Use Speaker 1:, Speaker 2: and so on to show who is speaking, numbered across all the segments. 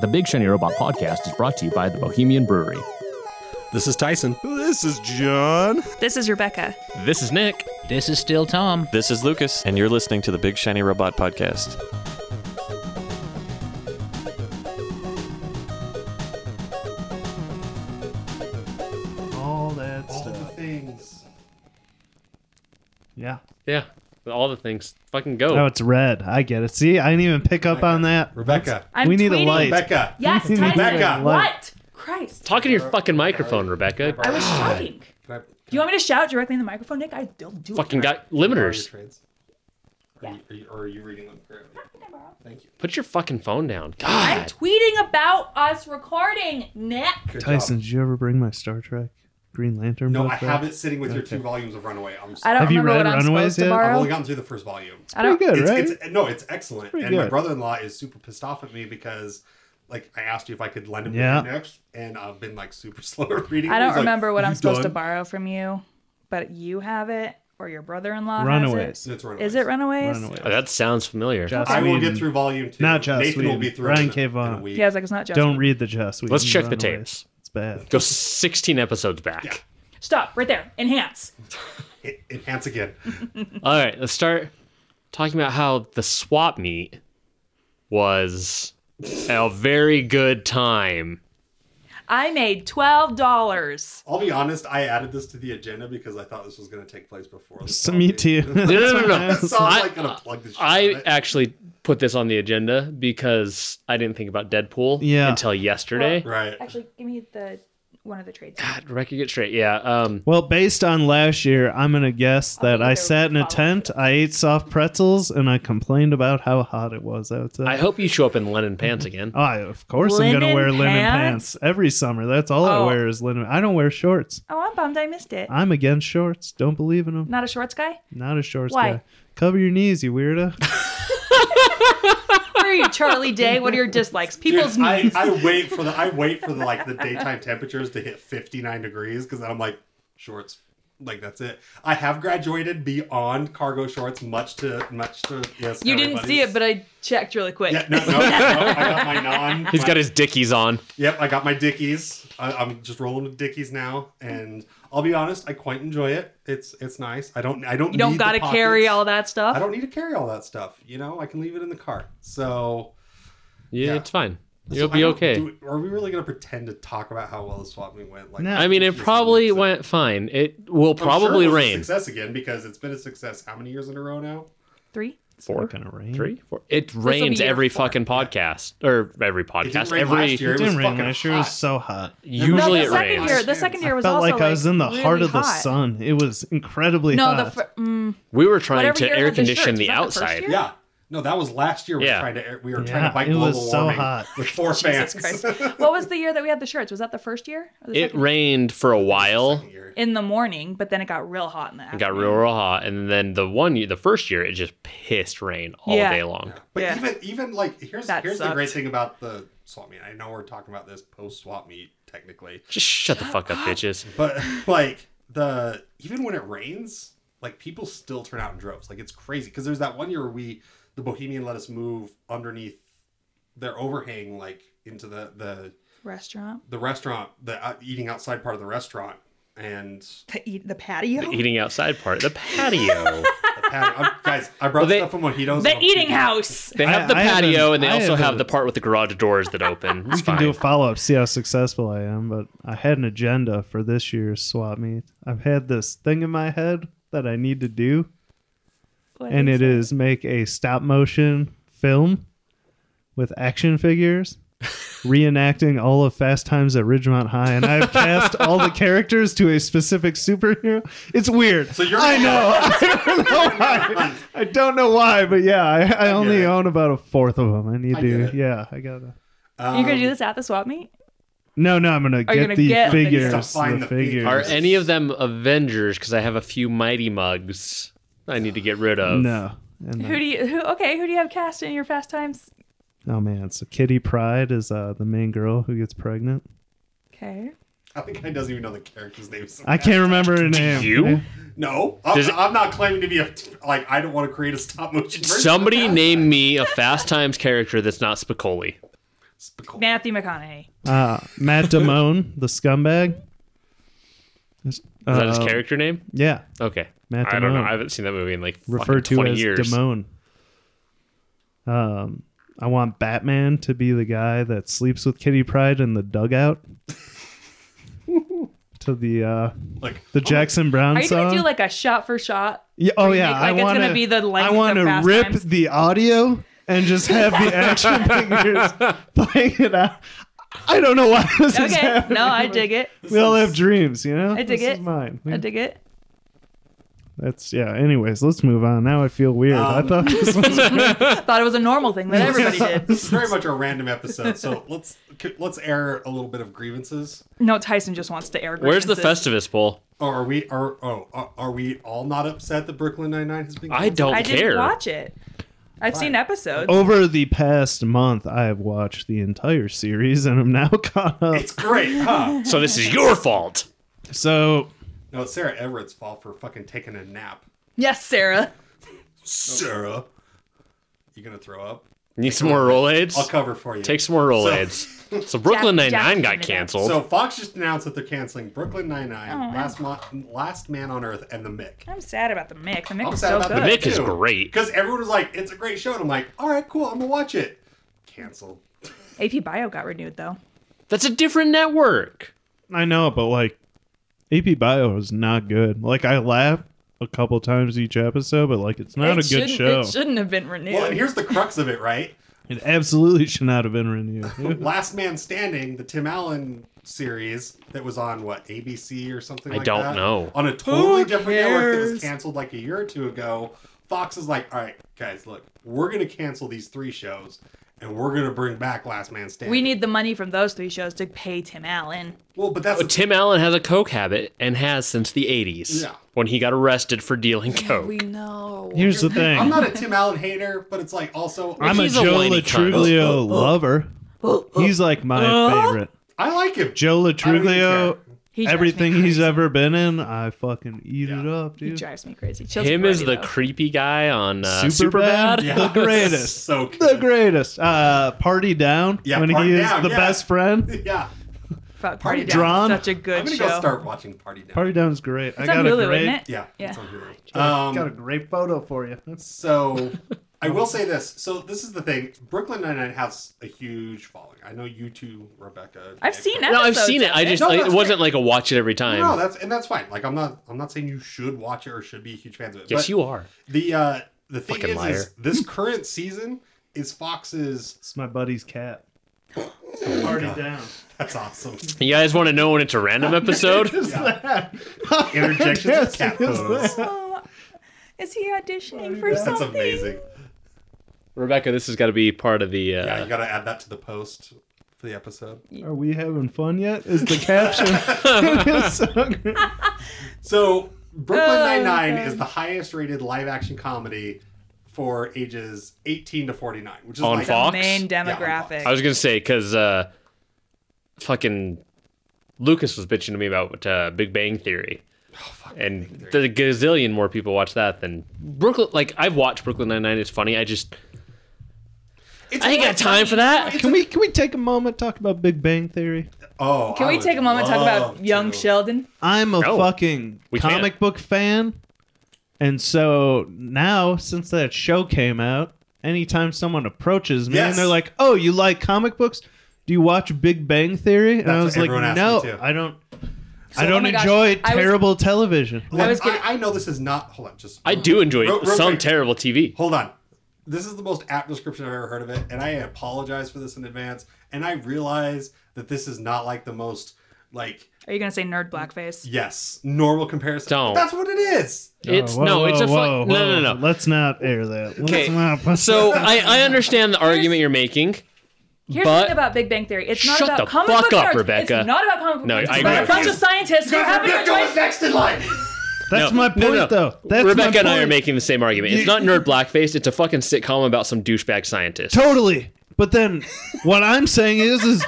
Speaker 1: The Big Shiny Robot podcast is brought to you by the Bohemian Brewery.
Speaker 2: This is Tyson.
Speaker 3: This is John.
Speaker 4: This is Rebecca.
Speaker 1: This is Nick.
Speaker 5: This is still Tom.
Speaker 6: This is Lucas, and you're listening to the Big Shiny Robot Podcast.
Speaker 3: All that
Speaker 7: All the
Speaker 3: stuff.
Speaker 7: things.
Speaker 3: Yeah.
Speaker 8: Yeah, all the things. Fucking go.
Speaker 3: Oh, it's red. I get it. See, I didn't even pick up on that.
Speaker 7: Rebecca.
Speaker 4: I'm
Speaker 3: we need a
Speaker 4: tweeting.
Speaker 3: light.
Speaker 7: Rebecca.
Speaker 4: Yes,
Speaker 3: We need
Speaker 4: Tyson.
Speaker 7: Becca.
Speaker 4: What? Christ.
Speaker 8: Talk into your fucking microphone, Rebecca.
Speaker 4: I was shouting.
Speaker 7: Can I- can
Speaker 4: Do you want me to shout directly in the microphone, Nick? I don't do
Speaker 8: Fucking
Speaker 4: it.
Speaker 8: got
Speaker 7: I borrow your
Speaker 8: limiters.
Speaker 7: trades? Are you, are, you, or are you reading them currently? Thank you.
Speaker 8: Put your fucking phone down.
Speaker 4: I'm
Speaker 8: God.
Speaker 4: tweeting about us recording, Nick.
Speaker 7: Good job.
Speaker 3: Tyson, did you ever bring my Star Trek Green Lantern
Speaker 7: No,
Speaker 3: book?
Speaker 7: I
Speaker 3: back?
Speaker 7: have it sitting with your two volumes of Runaway. I'm
Speaker 4: I
Speaker 7: sorry.
Speaker 4: don't
Speaker 3: Have you
Speaker 4: remember what
Speaker 3: read
Speaker 4: I'm
Speaker 3: Runaways
Speaker 4: supposed to
Speaker 3: yet? Oh
Speaker 7: I've
Speaker 4: borrow.
Speaker 7: only gotten through the first volume.
Speaker 4: I don't.
Speaker 3: Pretty good,
Speaker 7: it's,
Speaker 3: right?
Speaker 7: it's no, it's excellent.
Speaker 3: Pretty
Speaker 7: and my
Speaker 3: good.
Speaker 7: brother-in-law is super pissed off at me because, like, I asked you if I could lend him
Speaker 3: Yeah.
Speaker 7: the index, and I've been like super slow at reading. it.
Speaker 4: I
Speaker 7: He's
Speaker 4: don't
Speaker 7: like,
Speaker 4: remember what
Speaker 7: "You
Speaker 4: I'm supposed to
Speaker 7: done?"
Speaker 4: borrow from you, but you have it, or your brother-in-law
Speaker 3: Runaways.
Speaker 4: has it.
Speaker 7: It's Runaways.
Speaker 4: Is it Runaways?
Speaker 3: Runaways.
Speaker 8: Oh, that sounds familiar.
Speaker 3: Joss
Speaker 7: I will
Speaker 3: Whedon.
Speaker 7: get through volume two.
Speaker 3: Not Joss
Speaker 7: Nathan will
Speaker 3: Whedon.
Speaker 7: be through.
Speaker 3: Ryan
Speaker 7: in a-
Speaker 3: K.
Speaker 7: In a
Speaker 3: Vaughan.
Speaker 7: week.
Speaker 4: Yeah, I was like, it's not just.
Speaker 3: Don't read the Joss Whedon
Speaker 8: Let's check the
Speaker 3: Runaways.
Speaker 8: tapes.
Speaker 3: It's bad.
Speaker 8: Go 16 episodes back.
Speaker 4: Stop right there. Enhance.
Speaker 7: En- Enhance again.
Speaker 8: All right, let's start talking about how the swap meet was a very good time.
Speaker 4: I made twelve dollars.
Speaker 7: I'll be honest. I added this to the agenda because I thought this was going to take place before. the
Speaker 3: So
Speaker 7: swap
Speaker 3: me
Speaker 7: meet.
Speaker 3: too.
Speaker 8: No, no, no, no.
Speaker 7: That sounds
Speaker 8: I-
Speaker 7: like gonna plug this. shit,
Speaker 8: I
Speaker 7: right?
Speaker 8: actually put this on the agenda because I didn't think about Deadpool
Speaker 3: Yeah.
Speaker 8: until yesterday.
Speaker 7: right.
Speaker 4: Actually, give me the one of the trades.
Speaker 8: God, Rebecca, get straight. Yeah. Um,
Speaker 3: Well, based on last year, I'm gonna guess that
Speaker 4: think
Speaker 3: I
Speaker 4: they're
Speaker 3: sat in a
Speaker 4: following
Speaker 3: tent, I ate soft pretzels, and I complained about how hot it was outside.
Speaker 8: I hope you show up in linen pants again.
Speaker 3: Oh, I- of course I'm gonna
Speaker 4: Linen
Speaker 3: wear linen
Speaker 4: pants?
Speaker 3: pants every summer. That's all I
Speaker 4: Oh.
Speaker 3: wear is linen. I don't wear shorts.
Speaker 4: Oh, I'm bummed I missed it.
Speaker 3: I'm against shorts. Don't believe in them.
Speaker 4: Not a shorts guy?
Speaker 3: Not a shorts
Speaker 4: Why?
Speaker 3: guy. Cover your knees, you weirdo.
Speaker 4: What are you, Charlie Day? What are your dislikes? People's
Speaker 7: Dude, I,
Speaker 4: knees.
Speaker 7: I wait for the I wait for the like the daytime temperatures to hit 59 degrees because I'm like shorts like that's it. I have graduated beyond cargo shorts, much to much to yes.
Speaker 4: you didn't see it, but I checked really quick.
Speaker 7: yeah, no, no, no, I got my non.
Speaker 8: He's
Speaker 7: my-
Speaker 8: got his dickies on.
Speaker 7: Yep, I got my Dickies. I, I'm just rolling with Dickies now, and I'll be honest, I quite enjoy it. It's it's nice. I don't I don't
Speaker 4: You don't
Speaker 7: need the
Speaker 4: got to carry
Speaker 7: pockets.
Speaker 4: all that stuff.
Speaker 7: I don't need to carry all that stuff. You know, I can leave it in the car. So
Speaker 8: Yeah,
Speaker 7: Yeah.
Speaker 8: it's fine. You'll
Speaker 7: so I
Speaker 8: be
Speaker 7: don't-
Speaker 8: okay.
Speaker 7: do- are we really gonna pretend to talk about how well the swap meet went? Like,
Speaker 3: No.
Speaker 8: I mean, it
Speaker 7: just
Speaker 8: probably
Speaker 7: mix it.
Speaker 8: went fine. It will
Speaker 7: I'm sure
Speaker 8: probably
Speaker 7: it was a
Speaker 8: rain.
Speaker 7: Success again because it's been a success. How many years in a row now?
Speaker 4: Three?
Speaker 8: Four,
Speaker 3: Gonna rain.
Speaker 8: three, four. It rains
Speaker 4: year
Speaker 8: every
Speaker 4: four.
Speaker 8: fucking podcast or every
Speaker 7: It didn't
Speaker 8: podcast.
Speaker 7: rain
Speaker 8: Every
Speaker 7: last year.
Speaker 3: It
Speaker 7: It, was
Speaker 3: didn't rain
Speaker 7: fucking
Speaker 3: last year. It was
Speaker 7: hot.
Speaker 3: so hot.
Speaker 8: usually
Speaker 4: no,
Speaker 8: it
Speaker 4: the second
Speaker 8: rains.
Speaker 4: year, the second year was
Speaker 3: Felt
Speaker 4: also
Speaker 3: like I was in the
Speaker 4: really
Speaker 3: heart of the
Speaker 4: hot.
Speaker 3: sun. It was incredibly
Speaker 4: No, the
Speaker 3: hot.
Speaker 4: fir- mm,
Speaker 8: we were trying
Speaker 4: Whatever
Speaker 8: to
Speaker 4: year
Speaker 8: air
Speaker 4: had the
Speaker 8: condition
Speaker 4: shirts,
Speaker 8: the,
Speaker 4: was that the first
Speaker 8: outside.
Speaker 4: year?
Speaker 7: Yeah. No, that was last year. We
Speaker 8: Yeah.
Speaker 7: were trying to we were
Speaker 3: Yeah,
Speaker 7: trying to fight
Speaker 3: it
Speaker 7: global
Speaker 3: was so
Speaker 7: warming
Speaker 3: hot.
Speaker 7: with four
Speaker 4: Jesus
Speaker 7: fans.
Speaker 4: Christ. what was the year that we had the shirts? Was that the first year? Or the
Speaker 8: It
Speaker 4: second?
Speaker 8: rained for a while.
Speaker 7: Year.
Speaker 4: in the morning, but then it got real hot in the afternoon.
Speaker 8: It got real, real hot, and then the one, year, the first year, it just pissed rain all
Speaker 4: Yeah.
Speaker 8: day long.
Speaker 7: But
Speaker 4: Yeah.
Speaker 7: even even like here's
Speaker 4: That
Speaker 7: here's the
Speaker 4: sucked.
Speaker 7: great thing about the swap meet. I know we're talking about this post swap meet technically,
Speaker 8: Just shut the fuck up, bitches.
Speaker 7: but like the even when it rains, like people still turn out in droves. Like it's crazy because there's that one year where we the Bohemian let us move underneath their overhang, like into the the
Speaker 4: Restaurant.
Speaker 7: the restaurant, the uh, eating outside part of the restaurant, and
Speaker 4: The, eat, the patio.
Speaker 8: The eating outside part, the patio.
Speaker 7: the patio. I'm- guys, I brought
Speaker 8: Well, they-
Speaker 7: stuff from mojitos.
Speaker 4: The
Speaker 7: I'm-
Speaker 4: eating house.
Speaker 8: They have
Speaker 3: I-
Speaker 8: the
Speaker 3: I haven't-
Speaker 8: patio, and they
Speaker 3: I
Speaker 8: also have
Speaker 3: haven't-
Speaker 8: the part with the garage doors that open. It's
Speaker 3: we can do a
Speaker 8: fine.
Speaker 3: follow up, see how successful I am. But I had an agenda for this year's swap meet. I've had this thing in my head that I need to do,
Speaker 4: What
Speaker 3: and
Speaker 4: is
Speaker 3: it is make a stop motion film with action figures. Reenacting all of Fast Times at Ridgemont High, and I've cast all the characters to a specific superhero. It's weird.
Speaker 7: So you're
Speaker 3: I know. I don't know why. I don't know why, but yeah, I, I only
Speaker 7: it.
Speaker 3: own about a fourth of them. I need
Speaker 7: I
Speaker 3: to.
Speaker 7: get it.
Speaker 3: Yeah, I gotta.
Speaker 7: Um,
Speaker 4: You're going to do this at the swap meet?
Speaker 3: No, no, I'm gonna get
Speaker 4: gonna
Speaker 3: the
Speaker 4: get them.
Speaker 3: figures.
Speaker 7: Just to find
Speaker 3: the
Speaker 7: the figures.
Speaker 3: figures.
Speaker 8: Are any of them Avengers? Because I have a few Mighty Mugs I need to get rid of.
Speaker 3: no. And
Speaker 4: Who do you, who, okay, who do you have cast in your Fast Times?
Speaker 3: oh man, so Kitty Pride is uh, the main girl who gets pregnant.
Speaker 4: Okay.
Speaker 7: I think I doesn't even know the character's name.
Speaker 3: I can't remember her name.
Speaker 8: you?
Speaker 7: No, I'm,
Speaker 8: Does it-
Speaker 7: I'm not claiming to be a like. I don't want to create a stop motion. version.
Speaker 8: Somebody name me a Fast Times character that's not Spicoli.
Speaker 7: Spicoli.
Speaker 4: Matthew McConaughey.
Speaker 3: Uh, Matt Damone, the scumbag. That's-
Speaker 8: Is that his
Speaker 3: uh,
Speaker 8: character name?
Speaker 3: Yeah,
Speaker 8: Okay.
Speaker 3: Matt
Speaker 8: I don't know.
Speaker 3: Damone.
Speaker 8: I haven't seen that movie in like
Speaker 3: referred
Speaker 8: fucking
Speaker 3: to
Speaker 8: 20
Speaker 3: as
Speaker 8: years.
Speaker 3: Damone. Um, I want Batman to be the guy that sleeps with Kitty Pride in the dugout. to the uh,
Speaker 7: Like oh
Speaker 3: the Jackson Brown
Speaker 4: Are you
Speaker 3: song.
Speaker 4: gonna do like a shot for shot?
Speaker 3: yeah, oh
Speaker 4: remake?
Speaker 3: yeah,
Speaker 4: Like,
Speaker 3: I
Speaker 4: it's gonna
Speaker 3: want to
Speaker 4: be the length
Speaker 3: I want
Speaker 4: of
Speaker 3: to
Speaker 4: Fast
Speaker 3: rip
Speaker 4: Times?
Speaker 3: the audio and just have the action figures playing it out. I don't know why this is
Speaker 4: Okay,
Speaker 3: happening.
Speaker 4: no, I dig it.
Speaker 3: We all have dreams, you know.
Speaker 4: I dig
Speaker 3: This is
Speaker 4: it.
Speaker 3: mine.
Speaker 4: I dig it.
Speaker 3: That's yeah. Anyways, let's move on. Now I feel weird. I
Speaker 7: Um,
Speaker 3: thought this was
Speaker 4: Thought it was a normal thing that everybody did.
Speaker 7: this is very much a random episode, so let's let's air a little bit of grievances.
Speaker 4: No, Tyson just wants to air.
Speaker 8: Where's the
Speaker 4: grievances.
Speaker 8: Festivus Bowl?
Speaker 7: Oh, are we are oh are, are we all not upset that Brooklyn Nine Nine has been?
Speaker 8: I
Speaker 7: canceled?
Speaker 8: don't
Speaker 4: I
Speaker 8: care.
Speaker 4: didn't watch it. I've seen episodes.
Speaker 3: over the past month, I have watched the entire series and I'm now caught up.
Speaker 7: It's great, huh?
Speaker 8: So this is your fault.
Speaker 3: So,
Speaker 7: No, it's Sarah Everett's fault for fucking taking a nap.
Speaker 4: Yes, Sarah.
Speaker 7: Sarah, you gonna throw up?
Speaker 8: Need some more Rolaids?
Speaker 7: I'll cover for you.
Speaker 8: Take some more Rolaids. So, Brooklyn Nine Nine
Speaker 4: Jack- Jack
Speaker 8: got
Speaker 4: ended up.
Speaker 8: canceled.
Speaker 7: So Fox just announced that they're canceling Brooklyn Nine
Speaker 4: Oh,
Speaker 7: Nine, Last Mo- Last Man on Earth, and The Mick.
Speaker 4: I'm sad about the Mick. The Mick
Speaker 7: I'm
Speaker 4: was
Speaker 7: sad
Speaker 4: so
Speaker 7: about
Speaker 4: good.
Speaker 7: The
Speaker 8: Mick is great.
Speaker 7: Because everyone was like, "It's a great show," and I'm like, "All right, cool, I'm gonna watch it." Canceled.
Speaker 4: AP Bio got renewed though.
Speaker 8: That's a different network.
Speaker 3: I know, but like, AP Bio is not good. Like, I laugh a couple times each episode, but like, it's not
Speaker 4: It
Speaker 3: a
Speaker 4: shouldn't-
Speaker 3: good show.
Speaker 4: It shouldn't have been renewed.
Speaker 7: Well, and here's the crux of it, right?
Speaker 3: It absolutely should not have been renewed.
Speaker 7: Last Man Standing, the Tim Allen series that was on what ABC or something.
Speaker 8: I
Speaker 7: like
Speaker 8: don't
Speaker 7: that,
Speaker 8: know.
Speaker 7: On a totally
Speaker 4: Who
Speaker 7: different network that was
Speaker 4: cares?
Speaker 7: canceled like a year or two ago. Fox is like, all right, guys, look, we're gonna cancel these three shows, and we're gonna bring back Last Man Standing.
Speaker 4: we need the money from those three shows to pay Tim Allen.
Speaker 7: well, but that's
Speaker 8: But Tim Allen has a coke habit and has since the 80s
Speaker 7: Yeah.
Speaker 8: when he got arrested for dealing coke.
Speaker 4: know.
Speaker 3: Oh. Here's the thing
Speaker 7: I'm
Speaker 3: I'm,
Speaker 7: not a Tim Allen hater, but it's like also i
Speaker 3: a
Speaker 8: He's a
Speaker 3: Joe
Speaker 8: whiny cunt.
Speaker 4: Oh,
Speaker 3: Latruglio lover. He's like my favorite.
Speaker 7: like him.
Speaker 3: Joe Latruglio,
Speaker 7: care.
Speaker 4: He drives me
Speaker 3: everything he's
Speaker 4: crazy.
Speaker 3: ever been in, I fucking eat it up,
Speaker 4: He
Speaker 3: dude.
Speaker 4: drives me crazy. Chills
Speaker 8: Him
Speaker 4: me
Speaker 8: is
Speaker 4: crazy,
Speaker 8: the
Speaker 4: though.
Speaker 8: creepy guy on uh,
Speaker 3: Super
Speaker 8: Superbad.
Speaker 3: bad. The greatest.
Speaker 7: So good.
Speaker 3: the greatest. Uh, party down.
Speaker 7: Yeah,
Speaker 3: when
Speaker 7: Party
Speaker 3: he is
Speaker 7: Down,
Speaker 3: the
Speaker 7: yeah.
Speaker 3: best friend.
Speaker 7: Yeah,
Speaker 4: Fuck, Party
Speaker 7: Down.
Speaker 4: Down.
Speaker 3: Drawn.
Speaker 4: Such a good
Speaker 7: I'm gonna
Speaker 4: show.
Speaker 7: go start watching Party Down.
Speaker 3: Party down's great. I
Speaker 4: It's
Speaker 3: got
Speaker 4: on
Speaker 3: a
Speaker 4: Hulu,
Speaker 3: great,
Speaker 4: isn't it?
Speaker 7: Yeah,
Speaker 4: Yeah.
Speaker 7: It's on Hulu.
Speaker 3: got a
Speaker 7: Um,
Speaker 3: great photo for you.
Speaker 7: so I will say this. So this is the thing. Brooklyn Nine Nine has a huge following. I know you two, Rebecca.
Speaker 4: I've seen
Speaker 7: it.
Speaker 4: episodes.
Speaker 8: No, I've seen it.
Speaker 4: of
Speaker 8: I just
Speaker 7: No,
Speaker 8: like,
Speaker 7: that's
Speaker 8: it wasn't like a watch it every time.
Speaker 7: No, that's and that's fine. Like I'm not. I'm not saying you should watch it or should be huge fans of it.
Speaker 8: yes,
Speaker 7: but
Speaker 8: you are.
Speaker 7: The uh, the thing
Speaker 8: Fucking
Speaker 7: is,
Speaker 8: liar.
Speaker 7: is, this current season is Fox's.
Speaker 3: It's my buddy's cat. Party down.
Speaker 7: That's awesome.
Speaker 8: You guys want to know when it's a random episode?
Speaker 7: Interjections of
Speaker 3: Yes,
Speaker 7: cat
Speaker 3: yes,
Speaker 7: pose.
Speaker 4: Oh, is he auditioning for
Speaker 7: That's
Speaker 4: something?
Speaker 7: amazing.
Speaker 8: Rebecca, this has got to be part of the. Uh,
Speaker 7: Yeah, you gotta add that to the post for the episode.
Speaker 3: Are we having fun yet? Is the caption. It's so great.
Speaker 7: So Brooklyn
Speaker 4: Oh,
Speaker 7: Nine Nine
Speaker 4: God.
Speaker 7: is the highest rated live action comedy for ages eighteen to forty nine, which is
Speaker 8: On
Speaker 7: like
Speaker 8: Fox?
Speaker 4: Main
Speaker 7: Yeah, on Fox.
Speaker 4: demographic.
Speaker 8: I was gonna say because uh, fucking Lucas was bitching to me about uh, Big Bang Theory,
Speaker 7: Oh,
Speaker 8: and the gazillion more people watch that than Brooklyn. Like I've watched Brooklyn Nine Nine. It's funny. I just
Speaker 7: It's
Speaker 8: I ain't got time for that.
Speaker 3: Can we can we take a moment to talk about Big Bang Theory?
Speaker 7: Oh,
Speaker 4: Can
Speaker 7: I
Speaker 4: we
Speaker 7: would
Speaker 4: take a moment and talk
Speaker 7: love
Speaker 4: about Young
Speaker 7: to.
Speaker 4: Sheldon?
Speaker 3: I'm a
Speaker 8: No,
Speaker 3: fucking
Speaker 8: we can't.
Speaker 3: comic book fan. And so now, since that show came out, anytime someone approaches me
Speaker 7: Yes.
Speaker 3: and they're like, "Oh, you like comic books? Do you watch Big Bang Theory?" and
Speaker 7: That's
Speaker 3: I
Speaker 7: what
Speaker 3: was like,
Speaker 7: everyone asked me
Speaker 3: "No,
Speaker 7: too.
Speaker 3: I don't. I
Speaker 4: So- oh
Speaker 3: don't
Speaker 4: my gosh,
Speaker 3: enjoy
Speaker 4: I was-
Speaker 3: terrible television."
Speaker 7: Look, I,
Speaker 4: was getting-
Speaker 7: I know this is not. Hold on, just
Speaker 8: I do enjoy
Speaker 7: Real- real
Speaker 8: some
Speaker 7: quick.
Speaker 8: terrible TV.
Speaker 7: Hold on. This is the most apt description I've ever heard of it, and I apologize for this in advance. And I realize that this is not like the most like
Speaker 4: Are you gonna say nerd blackface?
Speaker 7: yes normal comparison.
Speaker 8: Don't.
Speaker 7: That's what it is.
Speaker 8: It's
Speaker 3: Oh, Whoa,
Speaker 8: no, it's a
Speaker 3: whoa,
Speaker 8: fun,
Speaker 3: whoa,
Speaker 8: no, no,
Speaker 3: whoa.
Speaker 8: no,
Speaker 3: Let's not air that. Let's
Speaker 8: Okay,
Speaker 3: not put-
Speaker 8: So I, I understand the argument you're making.
Speaker 4: Here's
Speaker 8: But-
Speaker 4: the thing about Big Bang Theory. It's not
Speaker 8: Shut
Speaker 4: about
Speaker 8: the
Speaker 4: comic
Speaker 8: fuck
Speaker 4: book
Speaker 8: up,
Speaker 4: nerds.
Speaker 8: Rebecca.
Speaker 4: It's not about comic book
Speaker 8: No,
Speaker 4: nerds.
Speaker 8: I
Speaker 4: It's
Speaker 8: agree
Speaker 4: about a bunch
Speaker 8: with
Speaker 4: of scientists who happen to
Speaker 7: Rebecca was
Speaker 4: enjoy.
Speaker 7: next in line.
Speaker 3: that's
Speaker 8: No,
Speaker 3: my
Speaker 8: no,
Speaker 3: point,
Speaker 8: no, no.
Speaker 3: though. That's my
Speaker 8: Rebecca and I
Speaker 3: point.
Speaker 8: are making the same argument. It's
Speaker 3: You-
Speaker 8: not nerd blackface. It's a fucking sitcom about some douchebag scientist.
Speaker 3: Totally. But then what I'm saying is is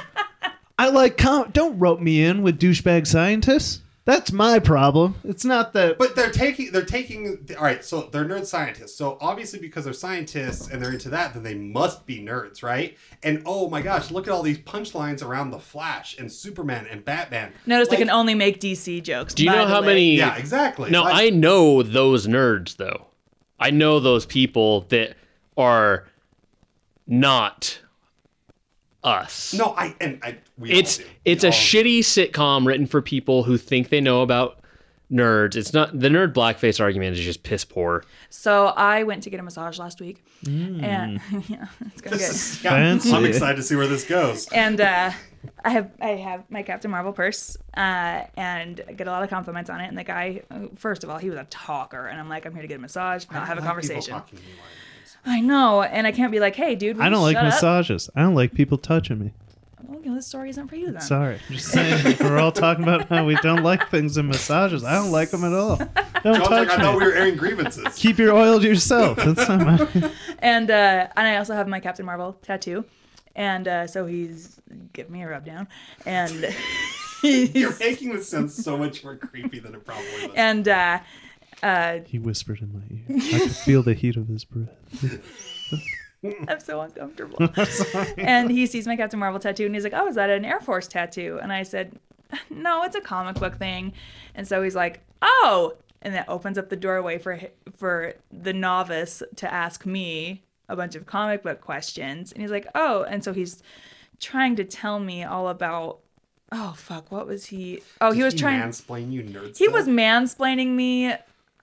Speaker 3: I like com- don't rope me in with douchebag scientists. That's my problem. It's not that.
Speaker 7: But they're taking they're taking all right. So they're nerd scientists. So obviously because they're scientists and they're into that, then they must be nerds, right? And oh my gosh, look at all these punchlines around the Flash and Superman and Batman.
Speaker 4: Notice
Speaker 7: Like-
Speaker 4: they can only make DC jokes.
Speaker 8: Do you
Speaker 4: by
Speaker 8: know
Speaker 4: the
Speaker 8: how
Speaker 4: way.
Speaker 8: many?
Speaker 7: Yeah, exactly.
Speaker 8: No,
Speaker 7: Like-
Speaker 8: I know those nerds though. I know those people that are not us.
Speaker 7: no, I and I we all
Speaker 8: it's
Speaker 7: do. We
Speaker 8: it's a
Speaker 7: all-
Speaker 8: shitty sitcom written for people who think they know about nerds. It's not the nerd blackface argument is just piss poor.
Speaker 4: So I went to get a massage last week,
Speaker 8: Hmm.
Speaker 4: and yeah, it's going good.
Speaker 7: This is, yeah,
Speaker 3: Fancy.
Speaker 7: I'm excited to see where this goes.
Speaker 4: and uh, I have I have my Captain Marvel purse, uh, and I get a lot of compliments on it. And the guy, first of all, he was a talker, and I'm like, I'm here to get a massage, not have a
Speaker 7: I like people
Speaker 4: conversation.
Speaker 7: talking to me like this.
Speaker 4: I know, and I can't be like, hey, dude, will
Speaker 3: I don't
Speaker 4: you
Speaker 3: like
Speaker 4: shut up?
Speaker 3: massages. I don't like people touching me.
Speaker 4: Well, you know, this story isn't for you then.
Speaker 3: Sorry. Just saying. we're all talking about how we don't like things in massages. I don't like them at all. Don't
Speaker 7: John's like, I
Speaker 3: touch
Speaker 7: thought
Speaker 3: me.
Speaker 7: we were airing grievances.
Speaker 3: Keep your oil to yourself. That's not my.
Speaker 4: and uh, and I also have my Captain Marvel tattoo, and uh, so he's giving me a rub down, and
Speaker 7: You're
Speaker 4: he's,
Speaker 7: making this sound so much more creepy than it probably was.
Speaker 4: and uh, uh,
Speaker 3: He whispered in my ear. I could feel the heat of his breath.
Speaker 4: I'm so uncomfortable. and he sees my Captain Marvel tattoo and he's like, "Oh, is that an Air Force tattoo?" And I said, "No, it's a comic book thing." And so he's like, "Oh," and that opens up the doorway for hi- for the novice to ask me a bunch of comic book questions. And he's like, "Oh," and so he's trying to tell me all about. Oh fuck! What was he? Oh, he was
Speaker 7: He
Speaker 4: trying.
Speaker 7: mansplain you nerds.
Speaker 4: He was mansplaining me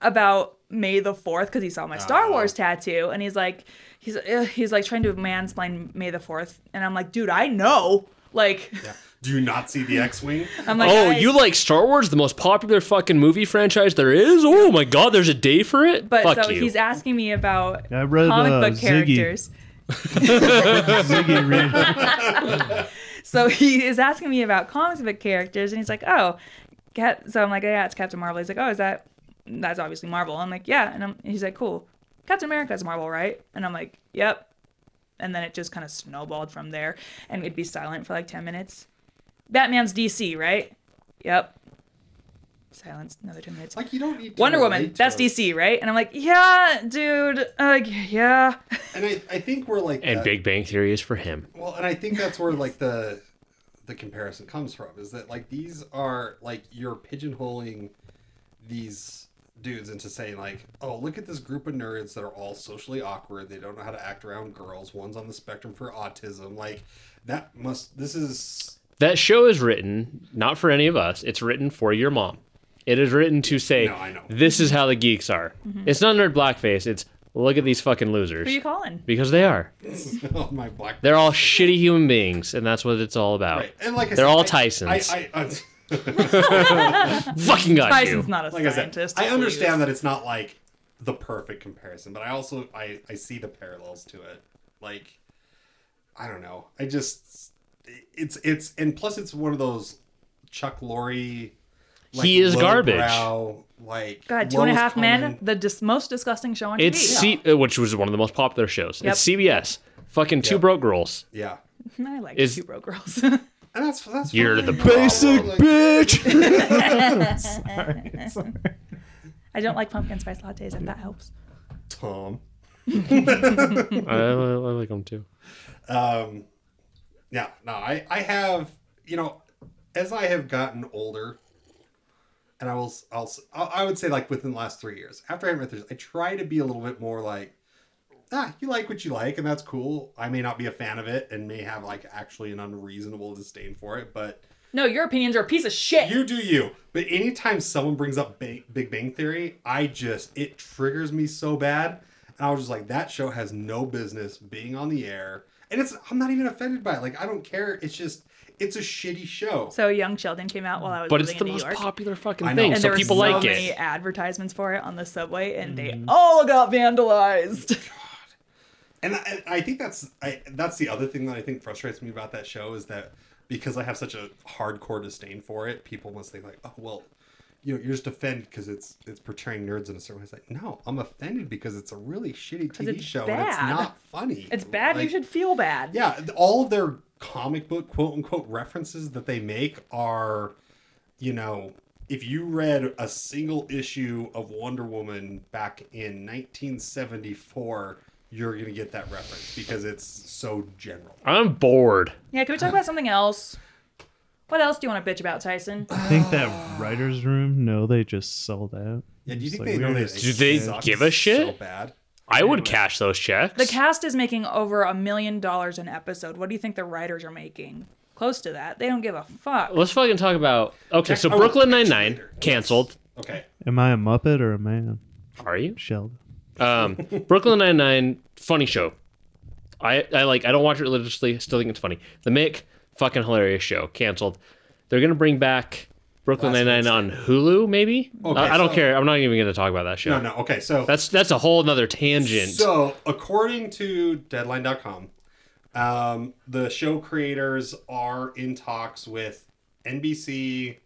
Speaker 4: about May the Fourth because he saw my Star Wars
Speaker 8: Oh.
Speaker 4: tattoo, and he's like, he's uh, he's like trying to mansplain May the Fourth, and I'm like, dude, I know. Like,
Speaker 7: Do you not see the X-wing?
Speaker 4: I'm like,
Speaker 8: oh,
Speaker 4: I-
Speaker 8: you like Star Wars, the most popular fucking movie franchise there is? Oh my god, there's a day for it?
Speaker 4: But
Speaker 8: Fuck
Speaker 4: so
Speaker 8: you.
Speaker 4: he's asking me about
Speaker 3: I read
Speaker 4: comic
Speaker 3: uh,
Speaker 4: book
Speaker 3: Ziggy.
Speaker 4: characters.
Speaker 3: Ziggy read.
Speaker 4: So he is asking me about comic book characters, and he's like, "Oh, Cap-. so I'm like, yeah, it's Captain Marvel." He's like, "Oh, is that? That's obviously Marvel." I'm like, "Yeah," and, I'm, and he's like, "Cool, Captain America's Marvel, right?" And I'm like, "Yep." And then it just kind of snowballed from there, and it'd be silent for like ten minutes. Batman's DC, right? Yep. Silence. Another ten minutes.
Speaker 7: Like you don't need to
Speaker 4: Wonder
Speaker 7: relate
Speaker 4: Woman.
Speaker 7: to
Speaker 4: That's
Speaker 7: us.
Speaker 4: DC, right? And I'm like, "Yeah, dude. Uh, yeah."
Speaker 7: And I, I think we're like
Speaker 8: and
Speaker 7: that-
Speaker 8: Big Bang Theory is for him.
Speaker 7: Well, and I think that's where like the the comparison comes from is that like these are like you're pigeonholing these dudes into saying like, oh, look at this group of nerds that are all socially awkward. They don't know how to act around girls. One's on the spectrum for autism. Like that must. This is
Speaker 8: That show is written not for any of us. It's written for your mom. It is written to say,
Speaker 7: No, I know.
Speaker 8: this is how the geeks are. It's not nerd blackface. It's look at these fucking losers.
Speaker 4: Who are Mm-hmm. you calling?
Speaker 8: because they are.
Speaker 7: my black.
Speaker 8: They're all shitty human beings, and that's what it's all about.
Speaker 7: Right. And like I
Speaker 8: They're
Speaker 7: said,
Speaker 8: all
Speaker 7: I-
Speaker 8: Tysons.
Speaker 7: I, I, I,
Speaker 8: fucking got
Speaker 4: Bison's
Speaker 8: you.
Speaker 4: not a
Speaker 7: like I said,
Speaker 4: scientist.
Speaker 7: I understand
Speaker 4: please.
Speaker 7: that it's not like the perfect comparison, but I also I I see the parallels to it. Like I don't know. I just it's it's and plus it's one of those Chuck Lorre.
Speaker 8: He is garbage.
Speaker 7: lowbrow, Like
Speaker 4: God, Two and a
Speaker 7: lowest
Speaker 4: Half Men,
Speaker 7: common-
Speaker 4: the dis- most disgusting show on
Speaker 8: It's
Speaker 4: TV.
Speaker 8: C- uh, which was one of the most popular shows.
Speaker 4: Yep.
Speaker 8: It's CBS. Fucking two
Speaker 7: Yep.
Speaker 8: broke girls.
Speaker 7: Yeah,
Speaker 4: I like
Speaker 8: Is-
Speaker 4: Two Broke Girls.
Speaker 7: and that's that's
Speaker 8: You're
Speaker 7: fine.
Speaker 8: the
Speaker 3: Basic
Speaker 7: Like,
Speaker 3: bitch.
Speaker 4: I don't like pumpkin spice lattes, if that helps.
Speaker 7: Tom.
Speaker 8: I, I like them too.
Speaker 7: um yeah no i i have you know as i have gotten older and i will s- i'll s- i I would say like within the last three years after i had my three i try to be a little bit more like ah you like what you like and that's cool i may not be a fan of it and may have like actually an unreasonable disdain for it but
Speaker 4: No, your opinions are a piece of shit.
Speaker 7: you do you. But anytime someone brings up ba- Big Bang Theory, I just it triggers me so bad, and I was just like, that show has no business being on the air. And it's I'm not even offended by it. Like I don't care. It's just it's a shitty show.
Speaker 4: so Young Sheldon came out while I was
Speaker 8: But it's
Speaker 4: living
Speaker 8: the
Speaker 4: in New
Speaker 8: most
Speaker 4: York.
Speaker 8: popular fucking
Speaker 7: I know.
Speaker 8: thing,
Speaker 4: and
Speaker 8: so
Speaker 4: there were
Speaker 8: people
Speaker 4: so
Speaker 8: like
Speaker 4: many
Speaker 8: it. Mm-hmm.
Speaker 4: advertisements for it on the subway, and they all got vandalized.
Speaker 7: And I, I think that's I, that's the other thing that I think frustrates me about that show is that because I have such a hardcore disdain for it, people must think like, oh well, you know, you're just offended because it's it's portraying nerds in a certain way. It's like, no, I'm offended because it's a really shitty
Speaker 4: 'Cause
Speaker 7: TV
Speaker 4: it's
Speaker 7: show and it's
Speaker 4: bad.
Speaker 7: not funny.
Speaker 4: It's bad. you
Speaker 7: Like,
Speaker 4: should feel bad.
Speaker 7: yeah th- all of their comic book quote unquote references that they make are you know if you read a single issue of Wonder Woman back in 1974, you're gonna get that reference because it's so general.
Speaker 8: I'm bored.
Speaker 4: Yeah, can we talk about something else? What else do you want to bitch about, Tyson?
Speaker 3: I think that writer's room, no, they just sold out.
Speaker 7: Yeah, do you
Speaker 3: It's
Speaker 7: think
Speaker 3: like,
Speaker 7: they
Speaker 3: we're
Speaker 7: know that
Speaker 3: just-
Speaker 7: it
Speaker 8: Do they
Speaker 7: sucks
Speaker 8: give a
Speaker 7: So
Speaker 8: shit?
Speaker 7: bad.
Speaker 8: I would cash those checks.
Speaker 4: The cast is making over a million dollars an episode. What do you think the writers are making? Close to that. They don't give a fuck.
Speaker 8: Let's fucking talk about. Okay, so
Speaker 7: I will
Speaker 8: Brooklyn
Speaker 7: catch you
Speaker 8: Nine Nine
Speaker 7: later.
Speaker 8: canceled.
Speaker 7: Okay.
Speaker 3: Am I a Muppet or a man?
Speaker 8: Are you?
Speaker 3: Sheldon.
Speaker 8: Um, Brooklyn Nine Nine, funny show. I, I like. I don't watch it religiously. Still think it's funny. The Mick, fucking hilarious show. Canceled. They're gonna bring back Brooklyn
Speaker 7: Last
Speaker 8: Nine Nine on Hulu, maybe.
Speaker 7: Okay,
Speaker 8: I, I don't
Speaker 7: so-
Speaker 8: care. I'm not even gonna talk about that show.
Speaker 7: No, no. Okay, so
Speaker 8: That's that's a whole nother tangent.
Speaker 7: So, according to Deadline.com, um, the show creators are in talks with NBC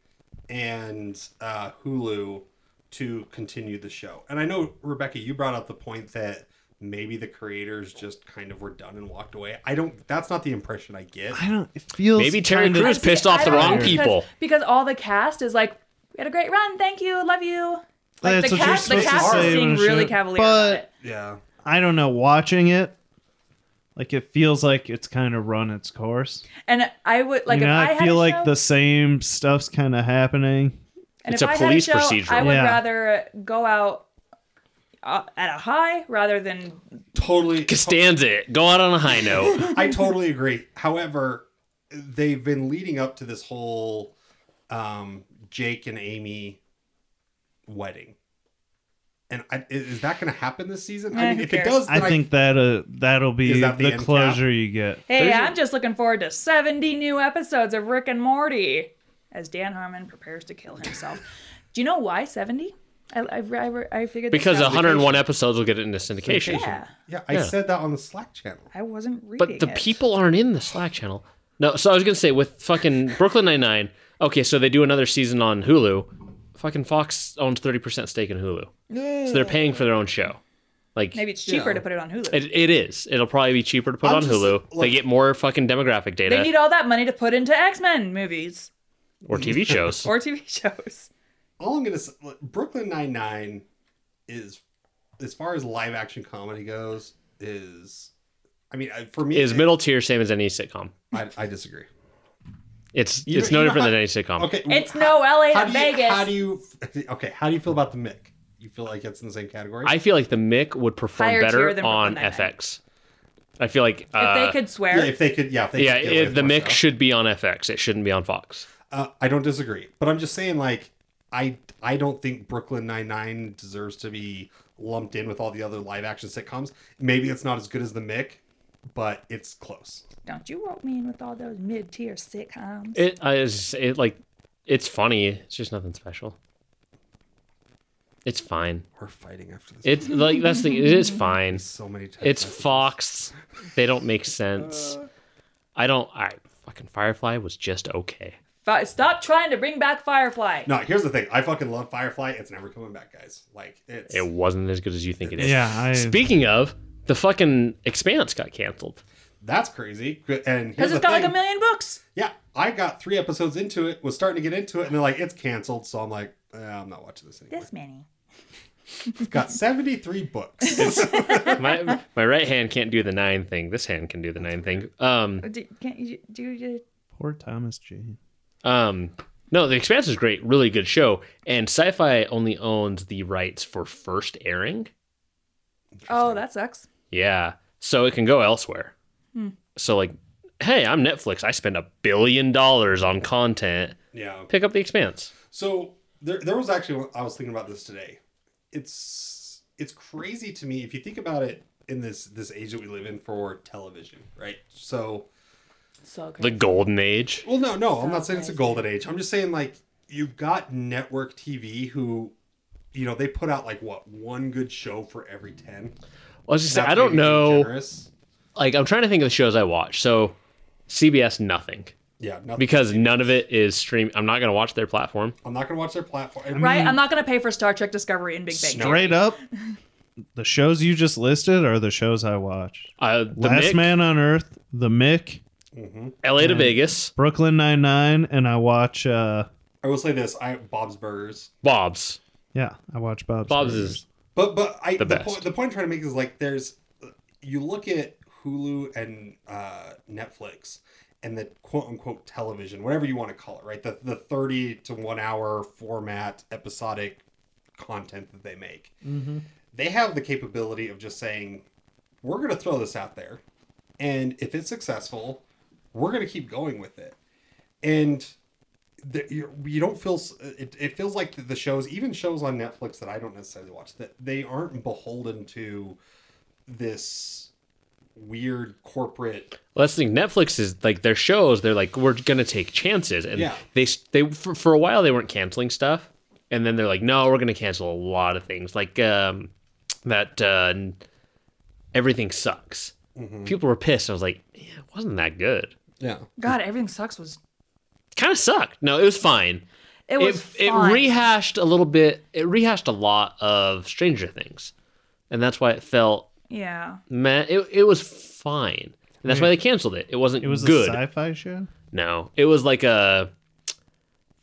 Speaker 7: and uh, Hulu to continue the show. And I know, Rebecca, you brought up the point that maybe the creators just kind of were done and walked away. I don't, that's not the impression I get.
Speaker 3: I don't. It feels
Speaker 8: Maybe Terry
Speaker 3: kinda-
Speaker 8: Crews
Speaker 4: See,
Speaker 8: pissed off
Speaker 4: I
Speaker 8: the
Speaker 4: don't
Speaker 8: wrong
Speaker 4: know,
Speaker 8: people.
Speaker 4: Because, because all the cast is like, we had a great run. Thank you. Love you. Like
Speaker 3: That's
Speaker 4: the
Speaker 3: what you're
Speaker 4: cast, the
Speaker 3: supposed to
Speaker 4: cast is
Speaker 3: say
Speaker 4: being
Speaker 3: when
Speaker 4: really
Speaker 3: shit-
Speaker 4: cavalier
Speaker 3: but-
Speaker 4: about it.
Speaker 7: Yeah.
Speaker 3: I don't know. Watching it, like it feels like it's kind of run its course.
Speaker 4: And I would like
Speaker 3: you know,
Speaker 4: if I,
Speaker 3: I,
Speaker 4: had
Speaker 3: feel
Speaker 4: a
Speaker 3: like
Speaker 4: show,
Speaker 3: the same stuff's kind of happening.
Speaker 4: and
Speaker 8: It's
Speaker 4: if
Speaker 8: a
Speaker 4: I had
Speaker 8: police
Speaker 4: show,
Speaker 8: procedural.
Speaker 4: I would
Speaker 3: Yeah.
Speaker 4: rather go out uh, at a high rather than
Speaker 7: Totally.
Speaker 8: Costanza, go out on a high note.
Speaker 7: I totally agree. However, they've been leading up to this whole um, Jake and Amy wedding, and I, i- is that going to happen this season?
Speaker 4: Eh,
Speaker 7: I mean,
Speaker 4: who
Speaker 7: if it
Speaker 4: cares?
Speaker 7: does,
Speaker 3: I
Speaker 7: then I
Speaker 3: think that uh, that'll be
Speaker 7: Is that the
Speaker 3: the,
Speaker 7: end cap?
Speaker 3: closure you get.
Speaker 4: Hey, I'm just looking forward to 70 new episodes of Rick and Morty as Dan Harmon prepares to kill himself. Do you know why 70? I, I, I, I figured this
Speaker 8: Because
Speaker 4: out.
Speaker 8: 101 episodes will get it into syndication.
Speaker 4: Yeah,
Speaker 7: yeah, I
Speaker 8: Yeah.
Speaker 7: said that on the Slack channel.
Speaker 4: I wasn't reading.
Speaker 8: But the
Speaker 4: it.
Speaker 8: people aren't in the Slack channel. No, so I was gonna say with fucking Brooklyn Nine Nine. Okay, so they do another season on Hulu. Fucking Fox owns thirty percent stake in Hulu, so they're paying for their own show. Like
Speaker 4: Maybe it's cheaper to put it on Hulu.
Speaker 8: it, it is. It'll probably be cheaper to put
Speaker 7: I'm
Speaker 8: on
Speaker 7: just-
Speaker 8: Hulu. they
Speaker 7: like-
Speaker 8: get more fucking demographic data
Speaker 7: uh,
Speaker 4: they need all that money to put into X Men movies
Speaker 8: or TV shows.
Speaker 4: or TV shows.
Speaker 7: All I'm going to say, look, Brooklyn Nine Nine is, as far as live action comedy goes, is, I mean, I- for me,
Speaker 8: is
Speaker 7: it-
Speaker 8: middle tier same as any sitcom?
Speaker 7: I, I disagree.
Speaker 8: It's
Speaker 7: You
Speaker 8: it's
Speaker 7: know-
Speaker 8: no
Speaker 7: you know
Speaker 8: different
Speaker 7: how-
Speaker 8: than any sitcom.
Speaker 7: Okay,
Speaker 4: It's no LA
Speaker 7: how
Speaker 4: to
Speaker 7: do you,
Speaker 4: Vegas.
Speaker 7: How do you? Okay, how do you feel about the Mick? You feel like it's in the same category?
Speaker 8: I feel like the Mick would perform
Speaker 4: Higher tier
Speaker 8: better
Speaker 4: than
Speaker 8: on
Speaker 4: Brooklyn Nine-Nine.
Speaker 8: FX. I feel like
Speaker 4: if
Speaker 8: uh,
Speaker 4: they could swear,
Speaker 7: Yeah, if they could, yeah, if they
Speaker 8: yeah,
Speaker 7: could get away
Speaker 8: it,
Speaker 7: with
Speaker 8: the
Speaker 7: more
Speaker 8: Mick
Speaker 7: stuff.
Speaker 8: should be on FX. It shouldn't be on Fox.
Speaker 7: Uh, I don't disagree, but I'm just saying, like, I I don't think Brooklyn Nine Nine deserves to be lumped in with all the other live action sitcoms. Maybe it's not as good as the Mick, but it's close.
Speaker 4: don't you rope me in with all those mid tier sitcoms?
Speaker 8: It I is it like it's funny. It's just nothing special. It's fine.
Speaker 7: We're fighting after this.
Speaker 8: It's like that's the it is fine.
Speaker 7: so many times.
Speaker 8: It's Fox. They don't make sense. I don't. I fucking Firefly was just okay.
Speaker 4: Fi- Stop trying to bring back Firefly.
Speaker 7: No, here's the thing. I fucking love Firefly. It's never coming back, guys. Like, it's
Speaker 8: It wasn't as good as you think it is.
Speaker 3: Yeah, I,
Speaker 8: Speaking of, the fucking Expanse got canceled.
Speaker 7: that's crazy. And here's
Speaker 4: Because
Speaker 7: the
Speaker 4: it's got
Speaker 7: thing.
Speaker 4: like a million books.
Speaker 7: yeah, I got three episodes into it. Was starting to get into it, and they're like, it's canceled. So I'm like, eh, I'm not watching this anymore.
Speaker 4: This many.
Speaker 7: It's got 73 books.
Speaker 8: My my right hand can't do the nine thing. This hand can do the nine thing. Um.
Speaker 4: Uh, Do, can't you do you?
Speaker 3: poor Thomas Jane.
Speaker 8: Um, no, The Expanse is great, really good show, and Sci-Fi only owns the rights for first airing.
Speaker 4: Oh, that sucks.
Speaker 8: Yeah, so it can go elsewhere. So like, hey, I'm Netflix. I spend a billion dollars on content.
Speaker 7: yeah.
Speaker 8: Pick up The Expanse.
Speaker 7: So there, there was actually one- I was thinking about this today. It's it's crazy to me if you think about it in this this age that we live in for television, right? So
Speaker 4: So
Speaker 8: The golden age.
Speaker 7: well, no, no, I'm not saying it's a golden age. I'm just saying like you've got network TV who, you know, they put out like what one good show for every ten.
Speaker 8: Well, I was just saying,
Speaker 7: That's
Speaker 8: I don't
Speaker 7: maybe being
Speaker 8: know.
Speaker 7: generous.
Speaker 8: Like, I'm trying to think of the shows I watch. So, CBS, nothing,
Speaker 7: Yeah, nothing.
Speaker 8: because none of it is stream. I'm not gonna watch their platform.
Speaker 7: I'm not gonna watch their platform.
Speaker 4: Right? I'm not going to pay for Star Trek Discovery and Big Bang. Theory.
Speaker 3: Straight up, the shows you just listed are the shows I watched.
Speaker 8: Uh, the
Speaker 3: Last
Speaker 8: Mick,
Speaker 3: Man Hmm. on Earth, The Mick,
Speaker 8: LA to Vegas.
Speaker 3: Brooklyn Nine Nine, and I watch uh,
Speaker 7: I will say this: I Bob's Burgers,
Speaker 8: Bob's.
Speaker 3: Yeah, I watch Bob's.
Speaker 8: Bob's
Speaker 3: Burgers.
Speaker 8: is
Speaker 7: but but I
Speaker 8: The
Speaker 7: the,
Speaker 8: best.
Speaker 7: point the point I'm trying to make is like there's you look at Hulu and uh, Netflix and the quote unquote television, whatever you want to call it, right? The the thirty to one hour format episodic content that they make.
Speaker 3: Mm-hmm.
Speaker 7: They have the capability of just saying, "We're going to throw this out there, and if it's successful, we're going to keep going with it." And the, you you don't feel s- it, it feels like the shows even shows on netflix that i don't necessarily watch that they aren't beholden to this weird corporate
Speaker 8: Well, that's the thing. Netflix is like their shows. They're like, we're gonna take chances, and
Speaker 7: Yeah.
Speaker 8: they they for, for a while they weren't canceling stuff, and then they're like, no, we're gonna cancel a lot of things, like um, that uh, everything sucks.
Speaker 3: Mm-hmm.
Speaker 8: People were pissed. I was like, yeah, it wasn't that good.
Speaker 7: yeah
Speaker 4: God, everything sucks was
Speaker 8: Kind of sucked. No, it was fine.
Speaker 4: it was
Speaker 8: it
Speaker 4: fun.
Speaker 8: rehashed a little bit. It rehashed a lot of Stranger Things, and that's why it felt
Speaker 4: yeah.
Speaker 8: meh. It it was fine. And that's why they canceled it. It wasn't
Speaker 3: Mm. It was
Speaker 8: good.
Speaker 3: a sci-fi show.
Speaker 8: No, it was like a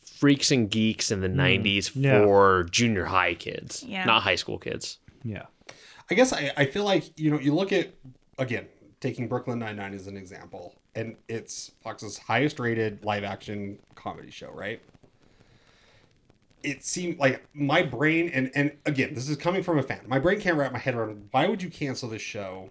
Speaker 8: freaks and geeks in the
Speaker 7: Hmm.
Speaker 8: 90s
Speaker 3: yeah.
Speaker 8: for junior high kids,
Speaker 4: Yeah.
Speaker 8: not high school kids.
Speaker 3: Yeah,
Speaker 7: i guess i, I feel like you know you look at again taking brooklyn 99 as an example and it's fox's highest rated live action comedy show right it seemed like my brain and and again this is coming from a fan my brain can't wrap my head around why would you cancel this show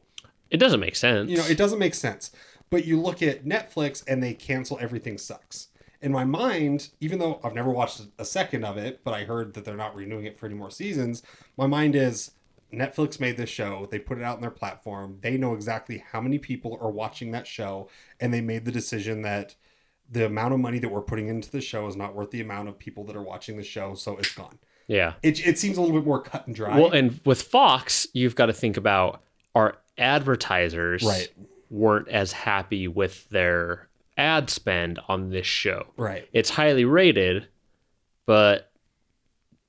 Speaker 8: It doesn't make sense.
Speaker 7: you know it doesn't make sense but you look at netflix and they cancel everything sucks in my mind even though i've never watched a second of it but i heard that they're not renewing it for any more seasons my mind is netflix made this show they put it out on their platform they know exactly how many people are watching that show and they made the decision that the amount of money that we're putting into the show is not worth the amount of people that are watching the show so it's gone
Speaker 8: yeah.
Speaker 7: it, it seems a little bit more cut and dry
Speaker 8: Well, and with Fox, you've got to think about our advertisers
Speaker 7: Right.
Speaker 8: weren't as happy with their ad spend on this show.
Speaker 7: right
Speaker 8: It's highly rated, but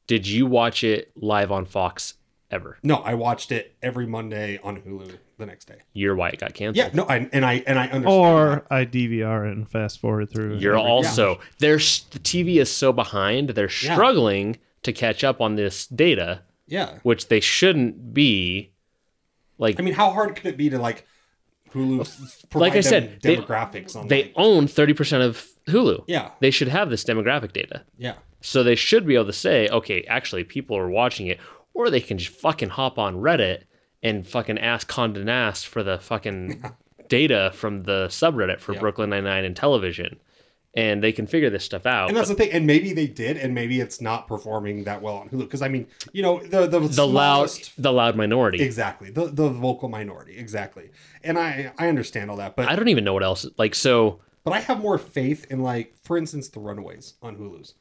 Speaker 8: did you watch it live on Fox ever?
Speaker 7: no i watched it every monday on hulu the next day
Speaker 8: You're why it got canceled.
Speaker 7: Yeah, no, I, and I and I understand.
Speaker 3: or I DVR and fast forward through.
Speaker 8: You're
Speaker 3: every-
Speaker 8: also they're s- the TV is so behind they're
Speaker 7: Yeah.
Speaker 8: struggling to catch up on this data,
Speaker 7: yeah.
Speaker 8: which they shouldn't be. Like
Speaker 7: I mean, how hard could it be to like Hulu? f- provide
Speaker 8: Like I
Speaker 7: them
Speaker 8: said, they-
Speaker 7: demographics on
Speaker 8: they
Speaker 7: like-
Speaker 8: own thirty percent of Hulu.
Speaker 7: yeah,
Speaker 8: They should have this demographic data,
Speaker 7: yeah,
Speaker 8: so they should be able to say, okay, actually people are watching it, or they can just fucking hop on Reddit and fucking ask Condé Nast for the fucking data from the subreddit for
Speaker 7: Yeah.
Speaker 8: Brooklyn Nine Nine and television, and they can figure this stuff out.
Speaker 7: and
Speaker 8: but
Speaker 7: that's the thing. And maybe they did, and maybe it's not performing that well on Hulu because I mean, you know, the
Speaker 8: the
Speaker 7: the,
Speaker 8: loud,
Speaker 7: smallest-
Speaker 8: the loud minority.
Speaker 7: exactly the the vocal minority exactly. And I I understand all that, but
Speaker 8: I don't even know what else. Like, so
Speaker 7: but I have more faith in like, for instance, The Runaways on Hulu's.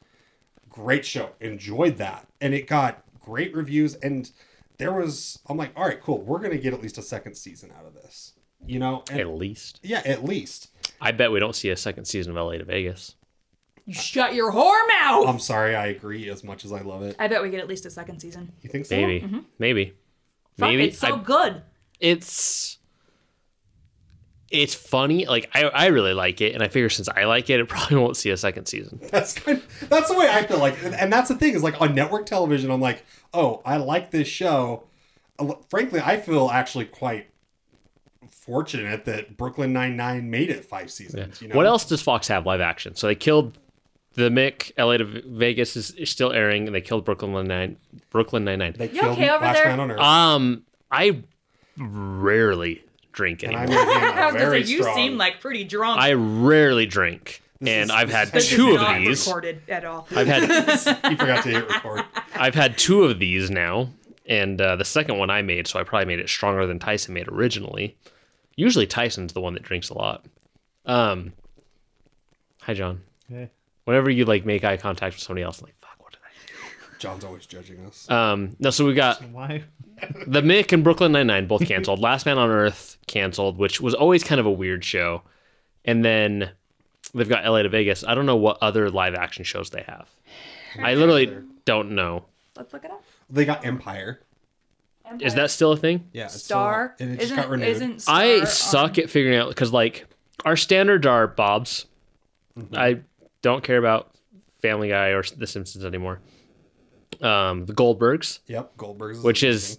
Speaker 7: Great show, enjoyed that, and it got great reviews. And there was, I'm like, all right, cool, we're gonna get at least a second season out of this, you know? And
Speaker 8: at least,
Speaker 7: Yeah, at least.
Speaker 8: I bet we don't see a second season of LA to Vegas.
Speaker 4: You shut your whore mouth.
Speaker 7: I'm sorry, I agree as much as I love it.
Speaker 4: I bet we get at least a second season.
Speaker 7: You think so?
Speaker 8: Maybe, maybe,
Speaker 4: Fuck,
Speaker 8: maybe.
Speaker 4: it's so
Speaker 8: I-
Speaker 4: good.
Speaker 8: it's it's funny. Like, I I really like it, and I figure since I like it, it probably won't see a second season.
Speaker 7: That's kind of, that's the way I feel like, and, and that's the thing is like on network television, I'm like, oh, I like this show. Uh, look, Frankly, I feel actually quite fortunate that Brooklyn Nine Nine made it five seasons. You know
Speaker 8: What else does Fox have live action? So they killed the Mick. LA to Vegas is, is still airing, and they killed Brooklyn Nine Brooklyn Nine Nine.
Speaker 7: They
Speaker 4: You
Speaker 7: killed
Speaker 4: okay over
Speaker 7: Last
Speaker 4: there?
Speaker 7: Man on Earth,
Speaker 8: Um, I rarely drink
Speaker 7: and
Speaker 8: anymore.
Speaker 7: I'm with him
Speaker 4: I was gonna
Speaker 7: very
Speaker 4: say you
Speaker 7: strong.
Speaker 4: seem like pretty drunk.
Speaker 8: I rarely drink,
Speaker 7: This
Speaker 8: and
Speaker 7: is-
Speaker 8: I've had
Speaker 7: this
Speaker 4: This is
Speaker 8: two of
Speaker 4: not
Speaker 8: these.
Speaker 4: recorded at all.
Speaker 8: I've had
Speaker 7: he forgot to hit record.
Speaker 8: I've had two of these now, and uh, the second one I made, so I probably made it stronger than Tyson made originally. Usually Tyson's the one that drinks a lot. Um, hi John.
Speaker 3: Hey.
Speaker 8: Whenever you like make eye contact with somebody else, like fuck, what did I?
Speaker 7: John's always judging us.
Speaker 8: do? Um, no, so we got
Speaker 3: Why?
Speaker 8: the Mick and Brooklyn Nine Nine both canceled. Last Man on Earth canceled, which was always kind of a weird show. And then they've got LA to Vegas. I don't know what other live action shows they have. I literally don't know.
Speaker 4: Let's look it up.
Speaker 7: They got Empire.
Speaker 8: Is that still a thing?
Speaker 7: Yeah, it's still
Speaker 4: Star?
Speaker 7: out, and it just
Speaker 4: isn't,
Speaker 7: got renewed.
Speaker 4: isn't Star um,
Speaker 8: I
Speaker 4: on-
Speaker 8: suck at figuring out because like our standards are Bob's. I don't care about Family Guy or The Simpsons anymore. Um, the Goldbergs,
Speaker 7: Yep, Goldberg's.
Speaker 8: which is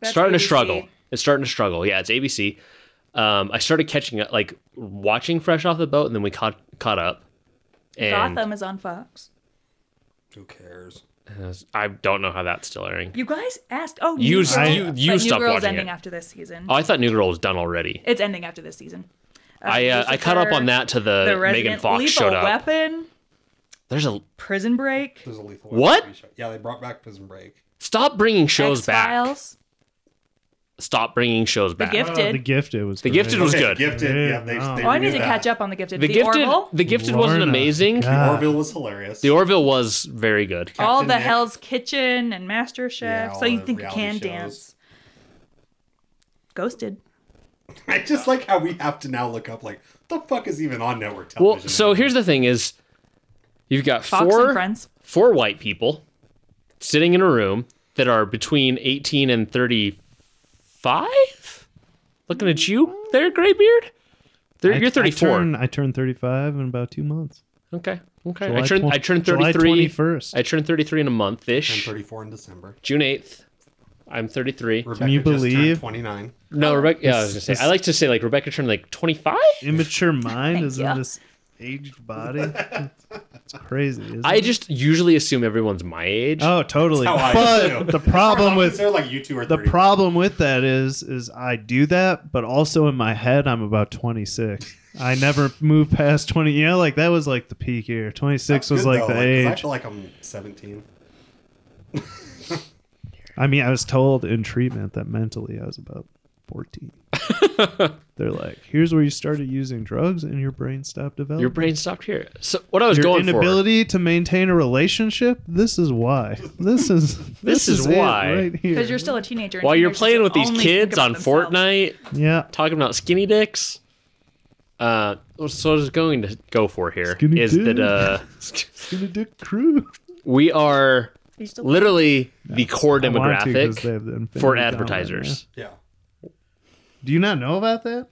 Speaker 4: That's
Speaker 8: starting to
Speaker 4: ABC.
Speaker 8: struggle. It's starting to struggle. Yeah, it's ABC. Um, I started catching up, like watching Fresh Off the Boat, and then we caught caught up. And
Speaker 4: Gotham is on Fox.
Speaker 7: who cares?
Speaker 8: I don't know how that's still airing.
Speaker 4: You guys asked. Oh,
Speaker 8: You
Speaker 4: New
Speaker 8: s-
Speaker 4: Girl.
Speaker 8: you- you
Speaker 4: but
Speaker 8: stopped
Speaker 4: New Girl's
Speaker 8: watching
Speaker 4: ending
Speaker 8: it.
Speaker 4: after this season.
Speaker 8: Oh, I thought New Girl was done already.
Speaker 4: It's ending after this season. Uh,
Speaker 8: I uh, I caught up
Speaker 4: Lucifer,
Speaker 8: on that to the,
Speaker 4: The
Speaker 8: Megan
Speaker 4: Resident,
Speaker 8: Fox
Speaker 4: Lethal
Speaker 8: showed up.
Speaker 4: Weapon,
Speaker 8: There's a
Speaker 4: Prison Break,
Speaker 7: There's a lethal.
Speaker 8: What?
Speaker 7: Weapon show. Yeah, they brought back Prison Break.
Speaker 8: stop bringing shows back.
Speaker 4: X-Files,
Speaker 8: Stop bringing shows
Speaker 4: The
Speaker 8: back.
Speaker 3: Oh, the
Speaker 4: Gifted.
Speaker 3: Gifted was
Speaker 8: The
Speaker 3: great.
Speaker 8: Gifted was
Speaker 7: Okay,
Speaker 8: good.
Speaker 7: Gifted.
Speaker 3: Yeah,
Speaker 7: Yeah, they,
Speaker 3: wow.
Speaker 7: they
Speaker 4: Oh, I need to
Speaker 7: renewed that.
Speaker 4: catch up on the Gifted.
Speaker 8: The, Gifted
Speaker 4: Orville,
Speaker 8: The Gifted wasn't
Speaker 3: Lorna.
Speaker 8: amazing.
Speaker 3: God.
Speaker 7: Orville was hilarious.
Speaker 8: The Orville was very good.
Speaker 4: all
Speaker 7: Captain
Speaker 4: the
Speaker 7: Nick.
Speaker 4: Hell's Kitchen and Master Chef.
Speaker 7: Yeah,
Speaker 4: so
Speaker 7: all
Speaker 4: you
Speaker 7: the
Speaker 4: think you
Speaker 7: reality
Speaker 4: can
Speaker 7: shows.
Speaker 4: dance? Ghosted.
Speaker 7: I just like how we have to now look up like the fuck is even on network television.
Speaker 8: Well, so here's the thing: is you've got
Speaker 4: Fox and
Speaker 8: four
Speaker 4: Friends.
Speaker 8: four white people sitting in a room that are between 18 and 35. Looking at you, there, Graybeard. They're,
Speaker 3: I-
Speaker 8: you're 34.
Speaker 3: I turn, I turn 35 in about two months.
Speaker 8: okay. Okay. I
Speaker 3: July
Speaker 8: turned
Speaker 3: twen-
Speaker 8: I turned
Speaker 3: July
Speaker 8: 33.
Speaker 3: 21st.
Speaker 8: I turned 33 in a month
Speaker 7: I'm
Speaker 8: ish.
Speaker 7: 34 in December.
Speaker 8: June 8th. I'm 33.
Speaker 7: Rebecca
Speaker 3: you
Speaker 7: just turned
Speaker 3: believe?
Speaker 7: 29.
Speaker 8: No, Rebecca. Yeah, I was
Speaker 3: This-
Speaker 8: gonna say. I
Speaker 3: this-
Speaker 8: like to say like Rebecca turned like 25.
Speaker 3: Immature mind is
Speaker 4: ya.
Speaker 3: in this aged body. It's crazy. Isn't
Speaker 8: I
Speaker 3: it?
Speaker 8: just usually assume everyone's my age.
Speaker 3: Oh, totally.
Speaker 7: That's how I do.
Speaker 3: But the problem with
Speaker 7: they're like you two or
Speaker 3: the
Speaker 7: 30.
Speaker 3: problem with that is is I do that, but also in my head I'm about 26. I never move past 20. You know, like that was like the peak year. 26
Speaker 7: That's
Speaker 3: was
Speaker 7: good,
Speaker 3: like
Speaker 7: though,
Speaker 3: the
Speaker 7: 'cause I
Speaker 3: age.
Speaker 7: feel like I'm 17.
Speaker 3: I mean, I was told in treatment that mentally I was about 14. They're like, here's where you started using drugs and your brain stopped developing.
Speaker 8: Your brain stopped here. So what I was
Speaker 3: Your
Speaker 8: going for.
Speaker 3: inability to maintain a relationship. This is why. This is this,
Speaker 8: is
Speaker 3: it
Speaker 8: why.
Speaker 3: right here.
Speaker 4: Because you're still a teenager. and
Speaker 8: While you're
Speaker 4: teenagers
Speaker 8: playing with these
Speaker 4: only think
Speaker 8: kids
Speaker 4: about
Speaker 8: on
Speaker 4: themselves.
Speaker 8: Fortnite,
Speaker 3: yeah.
Speaker 8: talking about skinny dicks. Uh, so what I was going to go for here is
Speaker 3: Skinny dick.
Speaker 8: that uh,
Speaker 3: Gonna do crew.
Speaker 8: we are
Speaker 4: Are you still-
Speaker 8: literally the core
Speaker 3: I want to 'cause they
Speaker 8: demographic
Speaker 3: have the infinity
Speaker 8: for
Speaker 3: gauntlet,
Speaker 8: advertisers.
Speaker 7: Yeah.
Speaker 3: yeah. Do you not know about that?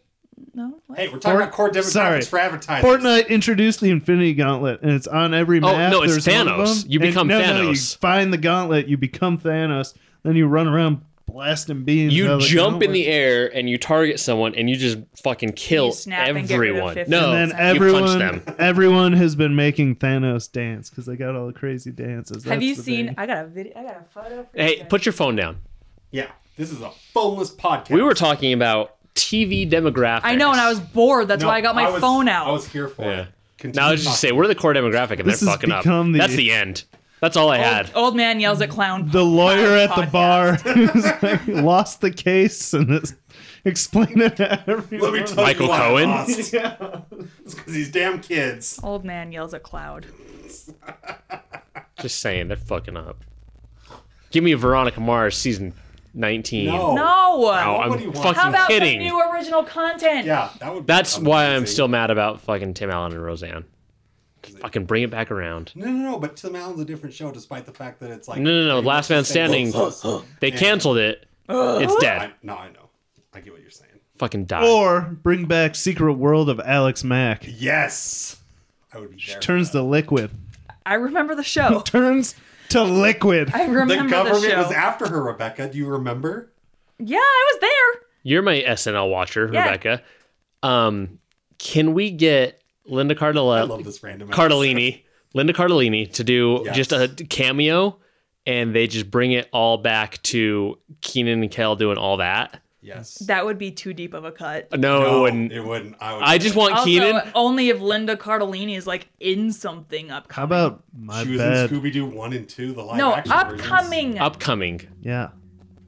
Speaker 4: No. what?
Speaker 7: Hey, we're talking about core demographics
Speaker 3: sorry.
Speaker 7: for advertising.
Speaker 3: Fortnite introduced the Infinity Gauntlet, and it's on every map.
Speaker 8: Oh, no, it's
Speaker 3: There's one of
Speaker 8: Thanos.
Speaker 3: them.
Speaker 8: You
Speaker 3: And-
Speaker 8: become
Speaker 3: no, No, you
Speaker 8: Thanos.
Speaker 3: find the gauntlet, you become Thanos, then you run around blasting beams. out
Speaker 8: You
Speaker 3: of the
Speaker 8: jump in
Speaker 3: gauntlet.
Speaker 8: the air and you target someone and you just fucking kill
Speaker 4: You snap and get rid of
Speaker 8: everyone.
Speaker 4: 50.
Speaker 8: No,
Speaker 3: And then
Speaker 8: you punch
Speaker 3: everyone,
Speaker 8: them.
Speaker 3: everyone has been making Thanos dance because they got all the crazy dances.
Speaker 4: Have
Speaker 3: That's
Speaker 4: you
Speaker 3: the
Speaker 4: seen?
Speaker 3: thing.
Speaker 4: I got a video. I got a photo. For you
Speaker 8: Hey,
Speaker 4: guys.
Speaker 8: put your phone down.
Speaker 7: Yeah. This is a phoneless podcast.
Speaker 8: We were talking about TV demographics.
Speaker 4: I know, and I was bored. That's
Speaker 7: No,
Speaker 4: why I got my
Speaker 7: was-
Speaker 4: phone out.
Speaker 7: I was here for
Speaker 8: Yeah.
Speaker 7: it. Continue
Speaker 8: Now I was just
Speaker 7: talking.
Speaker 8: say we're the core demographic, and
Speaker 3: This
Speaker 8: they're
Speaker 3: has
Speaker 8: fucking up.
Speaker 3: become the- Oh,
Speaker 8: That's the end. That's all I had.
Speaker 4: old, old man yells at clown.
Speaker 3: the lawyer at the
Speaker 4: podcast.
Speaker 3: bar who's like, lost the case and is explaining it to everyone?
Speaker 7: Let me tell
Speaker 8: Michael
Speaker 7: you why I
Speaker 8: Cohen?
Speaker 7: lost. It's because these damn kids.
Speaker 4: Old man yells at cloud.
Speaker 8: Just saying, they're fucking up. Give me Veronica Mars season 19.
Speaker 7: Oh, No.
Speaker 4: No.
Speaker 8: Ow, I'm
Speaker 7: What do you want?
Speaker 8: fucking
Speaker 4: How about
Speaker 8: kidding.
Speaker 4: some new original content?
Speaker 7: Yeah, that would. be
Speaker 8: That's why I'm
Speaker 7: amazing.
Speaker 8: still mad about fucking Tim Allen and Roseanne. Fucking bring it back around.
Speaker 7: No, no, no. But Tim Allen's a different show, despite the fact that it's like.
Speaker 8: No, no, no.
Speaker 7: pretty
Speaker 8: Last
Speaker 7: much
Speaker 8: Man
Speaker 7: the same
Speaker 8: Standing.
Speaker 7: process.
Speaker 8: They
Speaker 7: Yeah.
Speaker 8: canceled it. It's
Speaker 7: I,
Speaker 8: dead.
Speaker 7: no, I know. I get what you're saying.
Speaker 8: Fucking die.
Speaker 3: Or bring back Secret World of Alex Mack.
Speaker 7: Yes, I would be. There
Speaker 3: Turns to liquid.
Speaker 4: I remember the show.
Speaker 3: Turns to liquid.
Speaker 4: I
Speaker 7: The
Speaker 4: remember the,
Speaker 7: government
Speaker 4: show.
Speaker 7: was after her, Rebecca. Do you remember?
Speaker 4: yeah, I was there.
Speaker 8: You're my SNL watcher,
Speaker 4: Yeah.
Speaker 8: Rebecca. Um, can we get Linda Cardella?
Speaker 7: I love this random.
Speaker 8: Cardellini, Linda Cardellini, to do
Speaker 7: Yes.
Speaker 8: just a cameo, and they just bring it all back to Keenan and Kel doing all that.
Speaker 7: Yes.
Speaker 4: That would be too deep of a cut.
Speaker 8: No, it
Speaker 7: No,
Speaker 8: wouldn't.
Speaker 7: It wouldn't. I would.
Speaker 8: I just want
Speaker 4: Also, uh,
Speaker 8: Keenan.
Speaker 4: only if Linda Cardellini is like in something
Speaker 3: How
Speaker 4: upcoming.
Speaker 3: about my
Speaker 7: She was
Speaker 3: bed?
Speaker 7: in Scooby Doo one and two, the live
Speaker 4: No,
Speaker 7: action versions.
Speaker 4: upcoming
Speaker 8: Upcoming.
Speaker 3: yeah.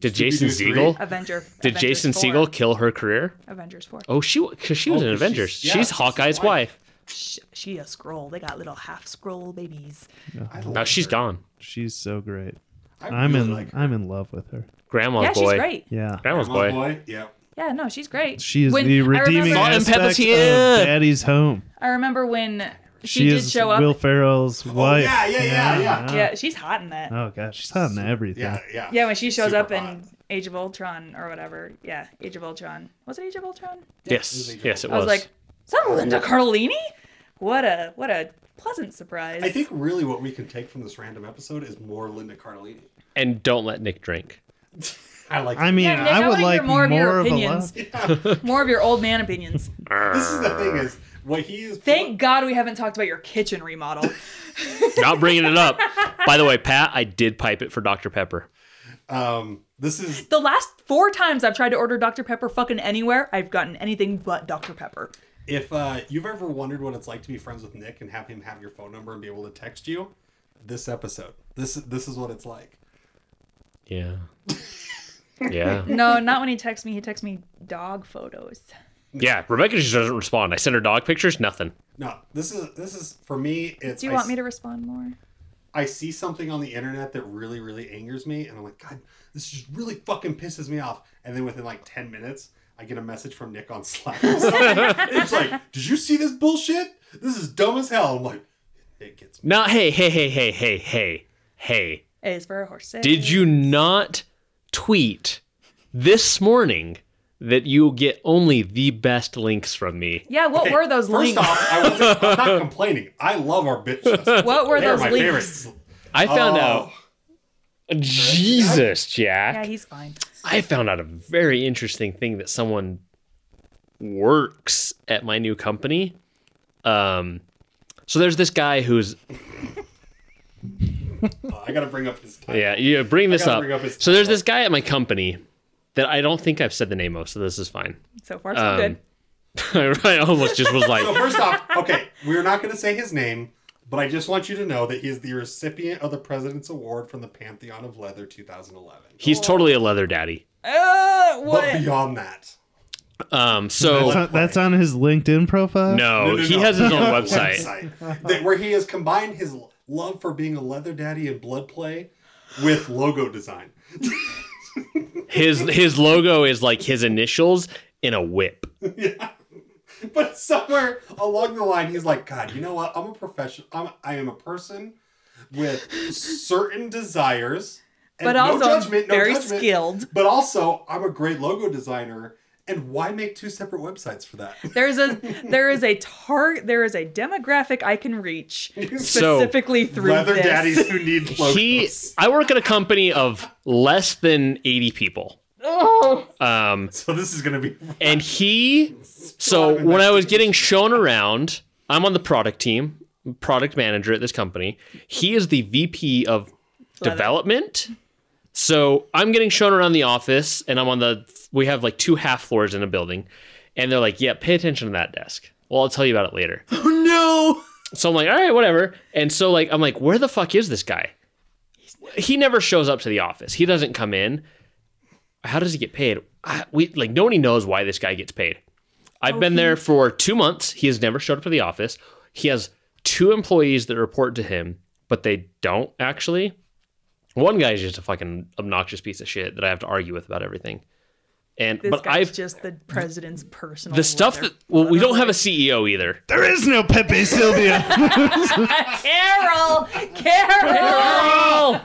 Speaker 8: Did Jason
Speaker 7: three?
Speaker 8: Siegel?
Speaker 4: Avenger.
Speaker 8: Did
Speaker 4: Avengers
Speaker 8: Jason
Speaker 4: 4.
Speaker 8: Siegel kill her career?
Speaker 4: Avengers Four.
Speaker 8: Oh, she because she was
Speaker 7: Oh,
Speaker 8: in
Speaker 7: 'cause
Speaker 8: Avengers. She's,
Speaker 7: she's- yeah, she's his
Speaker 8: Hawkeye's wife.
Speaker 7: wife.
Speaker 4: She, she a scroll. They got little half scroll babies.
Speaker 7: I
Speaker 8: Now
Speaker 7: love
Speaker 8: she's
Speaker 7: her.
Speaker 8: gone.
Speaker 3: She's so great.
Speaker 7: I
Speaker 3: I'm
Speaker 7: really
Speaker 3: in
Speaker 7: like her.
Speaker 3: I'm in love with her.
Speaker 8: Grandma's
Speaker 4: yeah,
Speaker 8: Oh, boy.
Speaker 4: she's great.
Speaker 3: Yeah.
Speaker 8: Grandma's
Speaker 7: Grandma's
Speaker 8: boy.
Speaker 7: boy. Yeah.
Speaker 4: Yeah, no, she's great.
Speaker 3: She is
Speaker 4: When-
Speaker 3: the
Speaker 4: I
Speaker 3: redeeming
Speaker 4: remember-
Speaker 8: Salt and pepper's
Speaker 3: aspect of
Speaker 8: here.
Speaker 3: Daddy's home.
Speaker 4: I remember when she,
Speaker 3: She,
Speaker 4: did
Speaker 3: is
Speaker 4: show up.
Speaker 3: Will Ferrell's wife.
Speaker 7: Oh, yeah, yeah, yeah, yeah.
Speaker 4: yeah, she's hot in that.
Speaker 3: Oh god, she's hot in everything.
Speaker 7: Yeah. Yeah.
Speaker 4: yeah, when she shows
Speaker 7: super
Speaker 4: up
Speaker 7: hot.
Speaker 4: in Age of Ultron or whatever. Yeah, Age of Ultron. Was it Age of Ultron?
Speaker 8: Yes, yes, it
Speaker 4: I was like, is that Linda Cardellini? What a what a pleasant surprise.
Speaker 7: I think really what we can take from this random episode is more Linda Cardellini.
Speaker 8: And don't let Nick drink.
Speaker 7: I like.
Speaker 3: I mean,
Speaker 4: Yeah, Nick, I,
Speaker 3: I
Speaker 4: want
Speaker 3: would
Speaker 4: to
Speaker 3: like
Speaker 4: hear more of your
Speaker 3: a
Speaker 4: opinions,
Speaker 3: lot.
Speaker 4: more of your old man opinions.
Speaker 7: this is the thing is what he is.
Speaker 4: Thank God we haven't talked about your kitchen remodel.
Speaker 8: Not bringing it up. By the way, Pat, I did pipe it for Dr. Pepper.
Speaker 7: Um, this is
Speaker 4: The last four times I've tried to order Dr. Pepper fucking anywhere, I've gotten anything but Dr. Pepper.
Speaker 7: if uh, you've ever wondered what it's like to be friends with Nick and have him have your phone number and be able to text you. This episode. This this is what it's like.
Speaker 8: Yeah. Yeah.
Speaker 4: No, not when he texts me. He texts me dog photos.
Speaker 8: Yeah. Rebecca just doesn't respond. I sent her dog pictures, nothing.
Speaker 7: No, this is this is for me. It's.
Speaker 4: Do you
Speaker 7: I
Speaker 4: want
Speaker 7: s-
Speaker 4: me to respond more?
Speaker 7: I see something on the internet that really, really angers me, and I'm like, God, this just really fucking pisses me off. And then within like 10 minutes, I get a message from Nick on Slack. or something. it's like, Did you see this bullshit? This is dumb as hell. I'm like, It gets me.
Speaker 8: Now, hey, hey, hey, hey, hey, hey, hey.
Speaker 4: A is for a horse.
Speaker 8: Did you not tweet this morning that you get only the best links from me?
Speaker 4: Yeah, what were those
Speaker 7: First
Speaker 4: links?
Speaker 7: off, I wasn't, I'm not complaining. I love our bitches.
Speaker 4: what were
Speaker 7: They're
Speaker 4: those
Speaker 7: my
Speaker 4: links?
Speaker 7: favorites.
Speaker 8: I found
Speaker 7: Oh.
Speaker 8: out. Jesus,
Speaker 4: Yeah,
Speaker 8: Jack.
Speaker 4: he's fine.
Speaker 8: I found out a very interesting thing that someone works at my new company. Um, so there's this guy who's
Speaker 7: Uh, I gotta bring up his time.
Speaker 8: Yeah, yeah. Bring this
Speaker 7: gotta
Speaker 8: up.
Speaker 7: bring up his
Speaker 8: so there's this guy at my company that I don't think I've said the name of, so this is fine.
Speaker 4: So far, so good.
Speaker 8: I almost just was like,
Speaker 7: So first off, okay, we're not gonna say his name, but I just want you to know that he is the recipient of the President's Award from the Pantheon of Leather 2011.
Speaker 8: he's totally a leather daddy.
Speaker 4: Uh,
Speaker 7: But
Speaker 4: what?
Speaker 7: beyond that.
Speaker 8: Um,
Speaker 3: That's
Speaker 8: so
Speaker 3: on, that's on his LinkedIn profile.
Speaker 8: no,
Speaker 7: No, no,
Speaker 8: Oh, he
Speaker 7: no.
Speaker 8: has his own
Speaker 7: Yeah,
Speaker 8: website.
Speaker 7: That- where he has combined his l- love for being a leather daddy and blood play with logo design.
Speaker 8: His his logo is like his initials in a whip.
Speaker 7: But somewhere along the line, he's like, God, you know what? I'm a professional. I'm, I am a person with certain desires, and
Speaker 4: But
Speaker 7: no
Speaker 4: also
Speaker 7: judgment, no
Speaker 4: very
Speaker 7: judgment,
Speaker 4: skilled.
Speaker 7: But also, I'm a great logo designer. And why make two separate websites for that?
Speaker 4: There's a there is a tar there is a demographic I can reach
Speaker 8: So-
Speaker 4: specifically through
Speaker 7: leather
Speaker 4: this.
Speaker 7: daddies who need logos.
Speaker 8: He, I work at a company of less than eighty people. Um,
Speaker 7: so this is gonna be
Speaker 8: And he, so when I was getting shown around, I'm on the product team, product manager at this company. He is the VP of development. So I'm getting shown around the office, and I'm on the, we have like two half floors in a building. And they're like, yeah, pay attention to that desk. Well, I'll tell you about it later.
Speaker 4: No.
Speaker 8: So I'm like, all right, whatever. And so like I'm like, where the fuck is this guy? He never shows up to the office. He doesn't come in. How does he get paid? I, we like nobody knows why this guy gets paid.
Speaker 4: Oh,
Speaker 8: I've been there for two months. He has never showed up to the office. He has two employees that report to him, but they don't actually. One guy is just a fucking obnoxious piece of shit that I have to argue with about everything. And
Speaker 4: This
Speaker 8: but
Speaker 4: guy's
Speaker 8: I've
Speaker 4: just the president's personal.
Speaker 8: the stuff that well, we don't have a CEO either.
Speaker 3: There is no Pepe Silvia.
Speaker 4: Carol, Carol.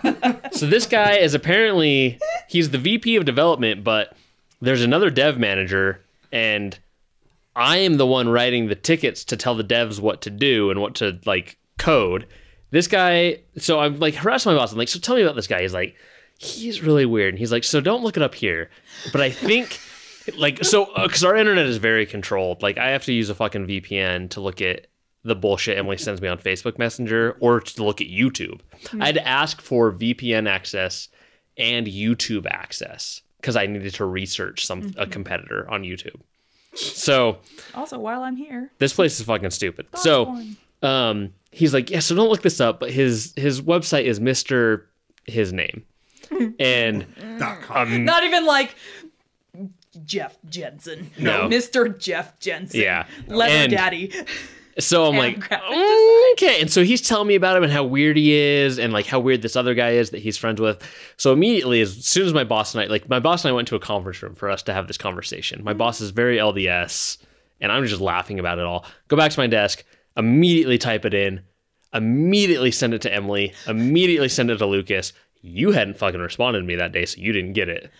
Speaker 8: so this guy is apparently he's the VP of development, but there's another dev manager, and I am the one writing the tickets to tell the devs what to do and what to like code. This guy, so I'm like harassing my boss. I'm like, so tell me about this guy. He's like, he's really weird, and he's like, so don't look it up here. But I think. Like so, because our internet is very controlled. Like I have to use a fucking VPN to look at the bullshit Emily sends me on Facebook Messenger or to look at YouTube. I had to ask for VPN access and YouTube access because I needed to research some a competitor on YouTube. So
Speaker 4: Also, while I'm here,
Speaker 8: this place is fucking stupid. So um, he's like, yeah, so don't look this up, but his his website is Mister his name, and
Speaker 7: dot com.
Speaker 8: um,
Speaker 4: not even like Jeff Jensen.
Speaker 8: No.
Speaker 4: Mr. Jeff Jensen.
Speaker 8: Yeah.
Speaker 4: leather
Speaker 8: And-
Speaker 4: daddy.
Speaker 8: So I'm
Speaker 4: and
Speaker 8: like,
Speaker 4: graphic
Speaker 8: "Mm, okay. And so he's telling me about him and how weird he is, and like how weird this other guy is that he's friends with. So immediately, as soon as my boss and I, like my boss and I went to a conference room for us to have this conversation. My boss is very LDS, and I'm just laughing about it all. Go back to my desk, immediately type it in, immediately send it to Emily, immediately send it to Lucas. You hadn't fucking responded to me that day, so you didn't get it.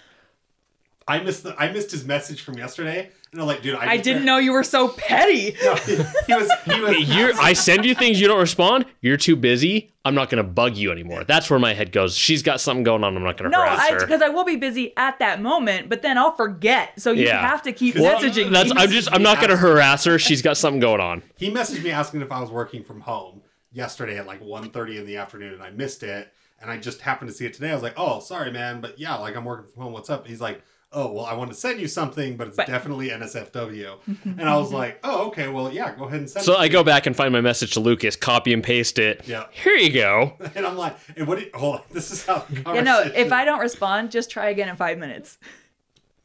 Speaker 7: I missed the I missed his message from yesterday, and I'm like, dude, I,
Speaker 4: I didn't know you were so petty.
Speaker 7: No, he, he was he was
Speaker 8: You're, I send you things you don't respond. You're too busy. I'm not gonna bug you anymore. That's where my head goes. She's got something going on. I'm not gonna
Speaker 4: No,
Speaker 8: harass
Speaker 4: I
Speaker 8: her.
Speaker 4: because I will be busy at that moment, but then I'll forget. So you
Speaker 8: Yeah.
Speaker 4: have to keep
Speaker 8: Well,
Speaker 4: messaging. me.
Speaker 8: that's, I'm just. I'm not gonna harass her. She's got something going on.
Speaker 7: he messaged me asking if I was working from home yesterday at like 1.30 in the afternoon, and I missed it. And I just happened to see it today. I was like, oh, sorry, man, but yeah, like I'm working from home. What's up? He's like, oh, well, I want to send you something, but it's
Speaker 4: But-
Speaker 7: definitely NSFW. and I was like, oh, okay, well, yeah, go ahead and send
Speaker 8: So
Speaker 7: it.
Speaker 8: I go back and find my message to Lucas, copy and paste it.
Speaker 7: Yeah.
Speaker 8: Here you go.
Speaker 7: and I'm like, and what? Did, hold on, this is how. The
Speaker 4: You know,
Speaker 7: conversation-
Speaker 4: if I don't respond, just try again in five minutes.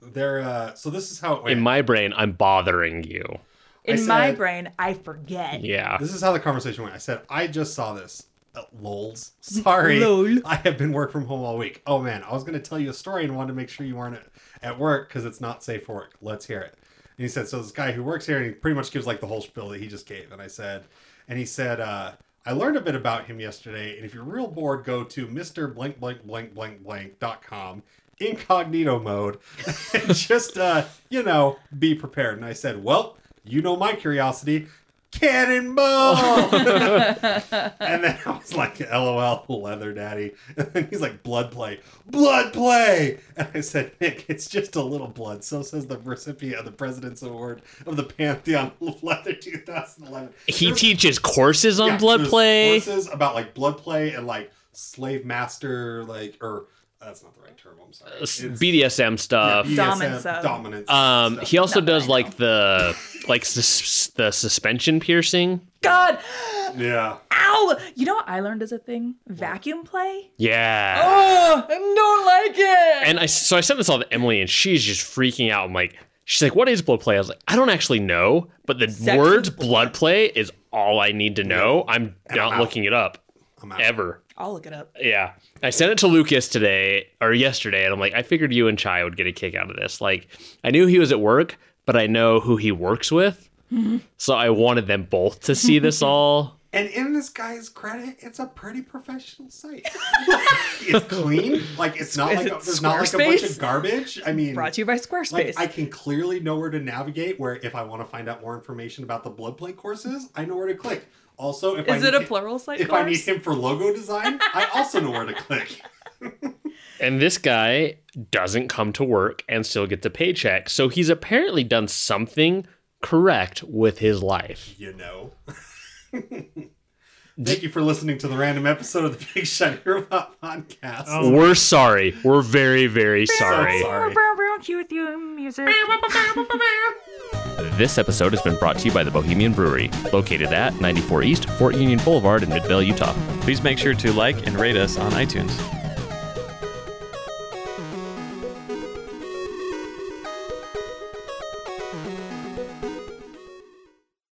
Speaker 7: They're uh, so this is how it went.
Speaker 8: In my brain, I'm bothering you.
Speaker 4: In
Speaker 7: I
Speaker 4: my
Speaker 7: said-
Speaker 4: brain, I forget.
Speaker 8: Yeah.
Speaker 7: This is how the conversation went. I said, I just saw this. Uh, lols. Sorry.
Speaker 4: Lol.
Speaker 7: I have been work from home all week. Oh man, I was going to tell you a story and wanted to make sure you weren't at- at work because it's not safe for work. Let's hear it. And he said, so this guy who works here, and he pretty much gives like the whole spiel that he just gave. And I said, and he said, uh, I learned a bit about him yesterday. And if you're real bored, go to Mr. Blank Blank Blank Blank Blank dot com incognito mode and just uh you know be prepared and i said well you know my curiosity cannonball and then I was like, LOL, leather daddy. And then he's like, blood play, blood play. And I said, Nick, it's just a little blood. So says the recipient of the President's Award of the Pantheon of Leather 2011.
Speaker 8: He
Speaker 7: There's-
Speaker 8: teaches courses on
Speaker 7: yeah,
Speaker 8: blood
Speaker 7: there's
Speaker 8: play.
Speaker 7: Courses about like blood play and like slave master, like, or that's not the right term. I'm sorry.
Speaker 8: Uh, s-
Speaker 7: It's-
Speaker 8: BDSM stuff.
Speaker 7: yeah,
Speaker 4: Dominance
Speaker 7: BDSM,
Speaker 4: of-
Speaker 7: Dominance.
Speaker 8: um,
Speaker 7: stuff.
Speaker 8: he also
Speaker 4: Not that
Speaker 8: does
Speaker 4: I know.
Speaker 8: like the like sus- the suspension piercing.
Speaker 4: God,
Speaker 7: yeah.
Speaker 4: ow! You know what I learned as a thing? Vacuum play.
Speaker 8: Yeah.
Speaker 4: Oh, I don't like it.
Speaker 8: And I so I sent this all to Emily, and she's just freaking out. I'm like, she's like, "What is blood play?" I was like, "I don't actually know, but the
Speaker 4: Sex
Speaker 8: word
Speaker 4: is
Speaker 8: blood play is all I need to know. I'm
Speaker 7: And
Speaker 8: not
Speaker 7: I'm out.
Speaker 8: looking it up
Speaker 7: I'm out.
Speaker 8: ever."
Speaker 4: I'll look it up.
Speaker 8: Yeah. I sent it to Lucas today or yesterday, and I'm like, I figured you and Chai would get a kick out of this. Like, I knew he was at work, but I know who he works with. so I wanted them both to see this all.
Speaker 7: And in this guy's credit, it's a pretty professional site. it's clean. Like it's not
Speaker 4: Is
Speaker 7: like a,
Speaker 4: it
Speaker 7: there's not like a bunch of
Speaker 4: Squarespace?
Speaker 7: garbage. I mean,
Speaker 4: Brought to you by Squarespace.
Speaker 7: like, I can clearly know where to navigate. Where if I want to find out more information about the blood play courses, I know where to click. Also, if I
Speaker 4: Is
Speaker 7: need
Speaker 4: it a
Speaker 7: him-
Speaker 4: plural site
Speaker 7: If I need
Speaker 4: course?
Speaker 7: him for logo design, I also know where to click.
Speaker 8: And this guy doesn't come to work and still gets a paycheck. So he's apparently done something correct with his life.
Speaker 7: You know. Thank you for listening to the random episode of the Big Shiny Robot Podcast.
Speaker 8: We're sorry. We're very, very
Speaker 7: sorry.
Speaker 8: sorry.
Speaker 7: sorry.
Speaker 4: Cue with you music.
Speaker 1: This episode has been brought to you by the Bohemian Brewery, located at 94 East, Fort Union Boulevard in Midvale, Utah.
Speaker 6: Please make sure to like and rate us on iTunes.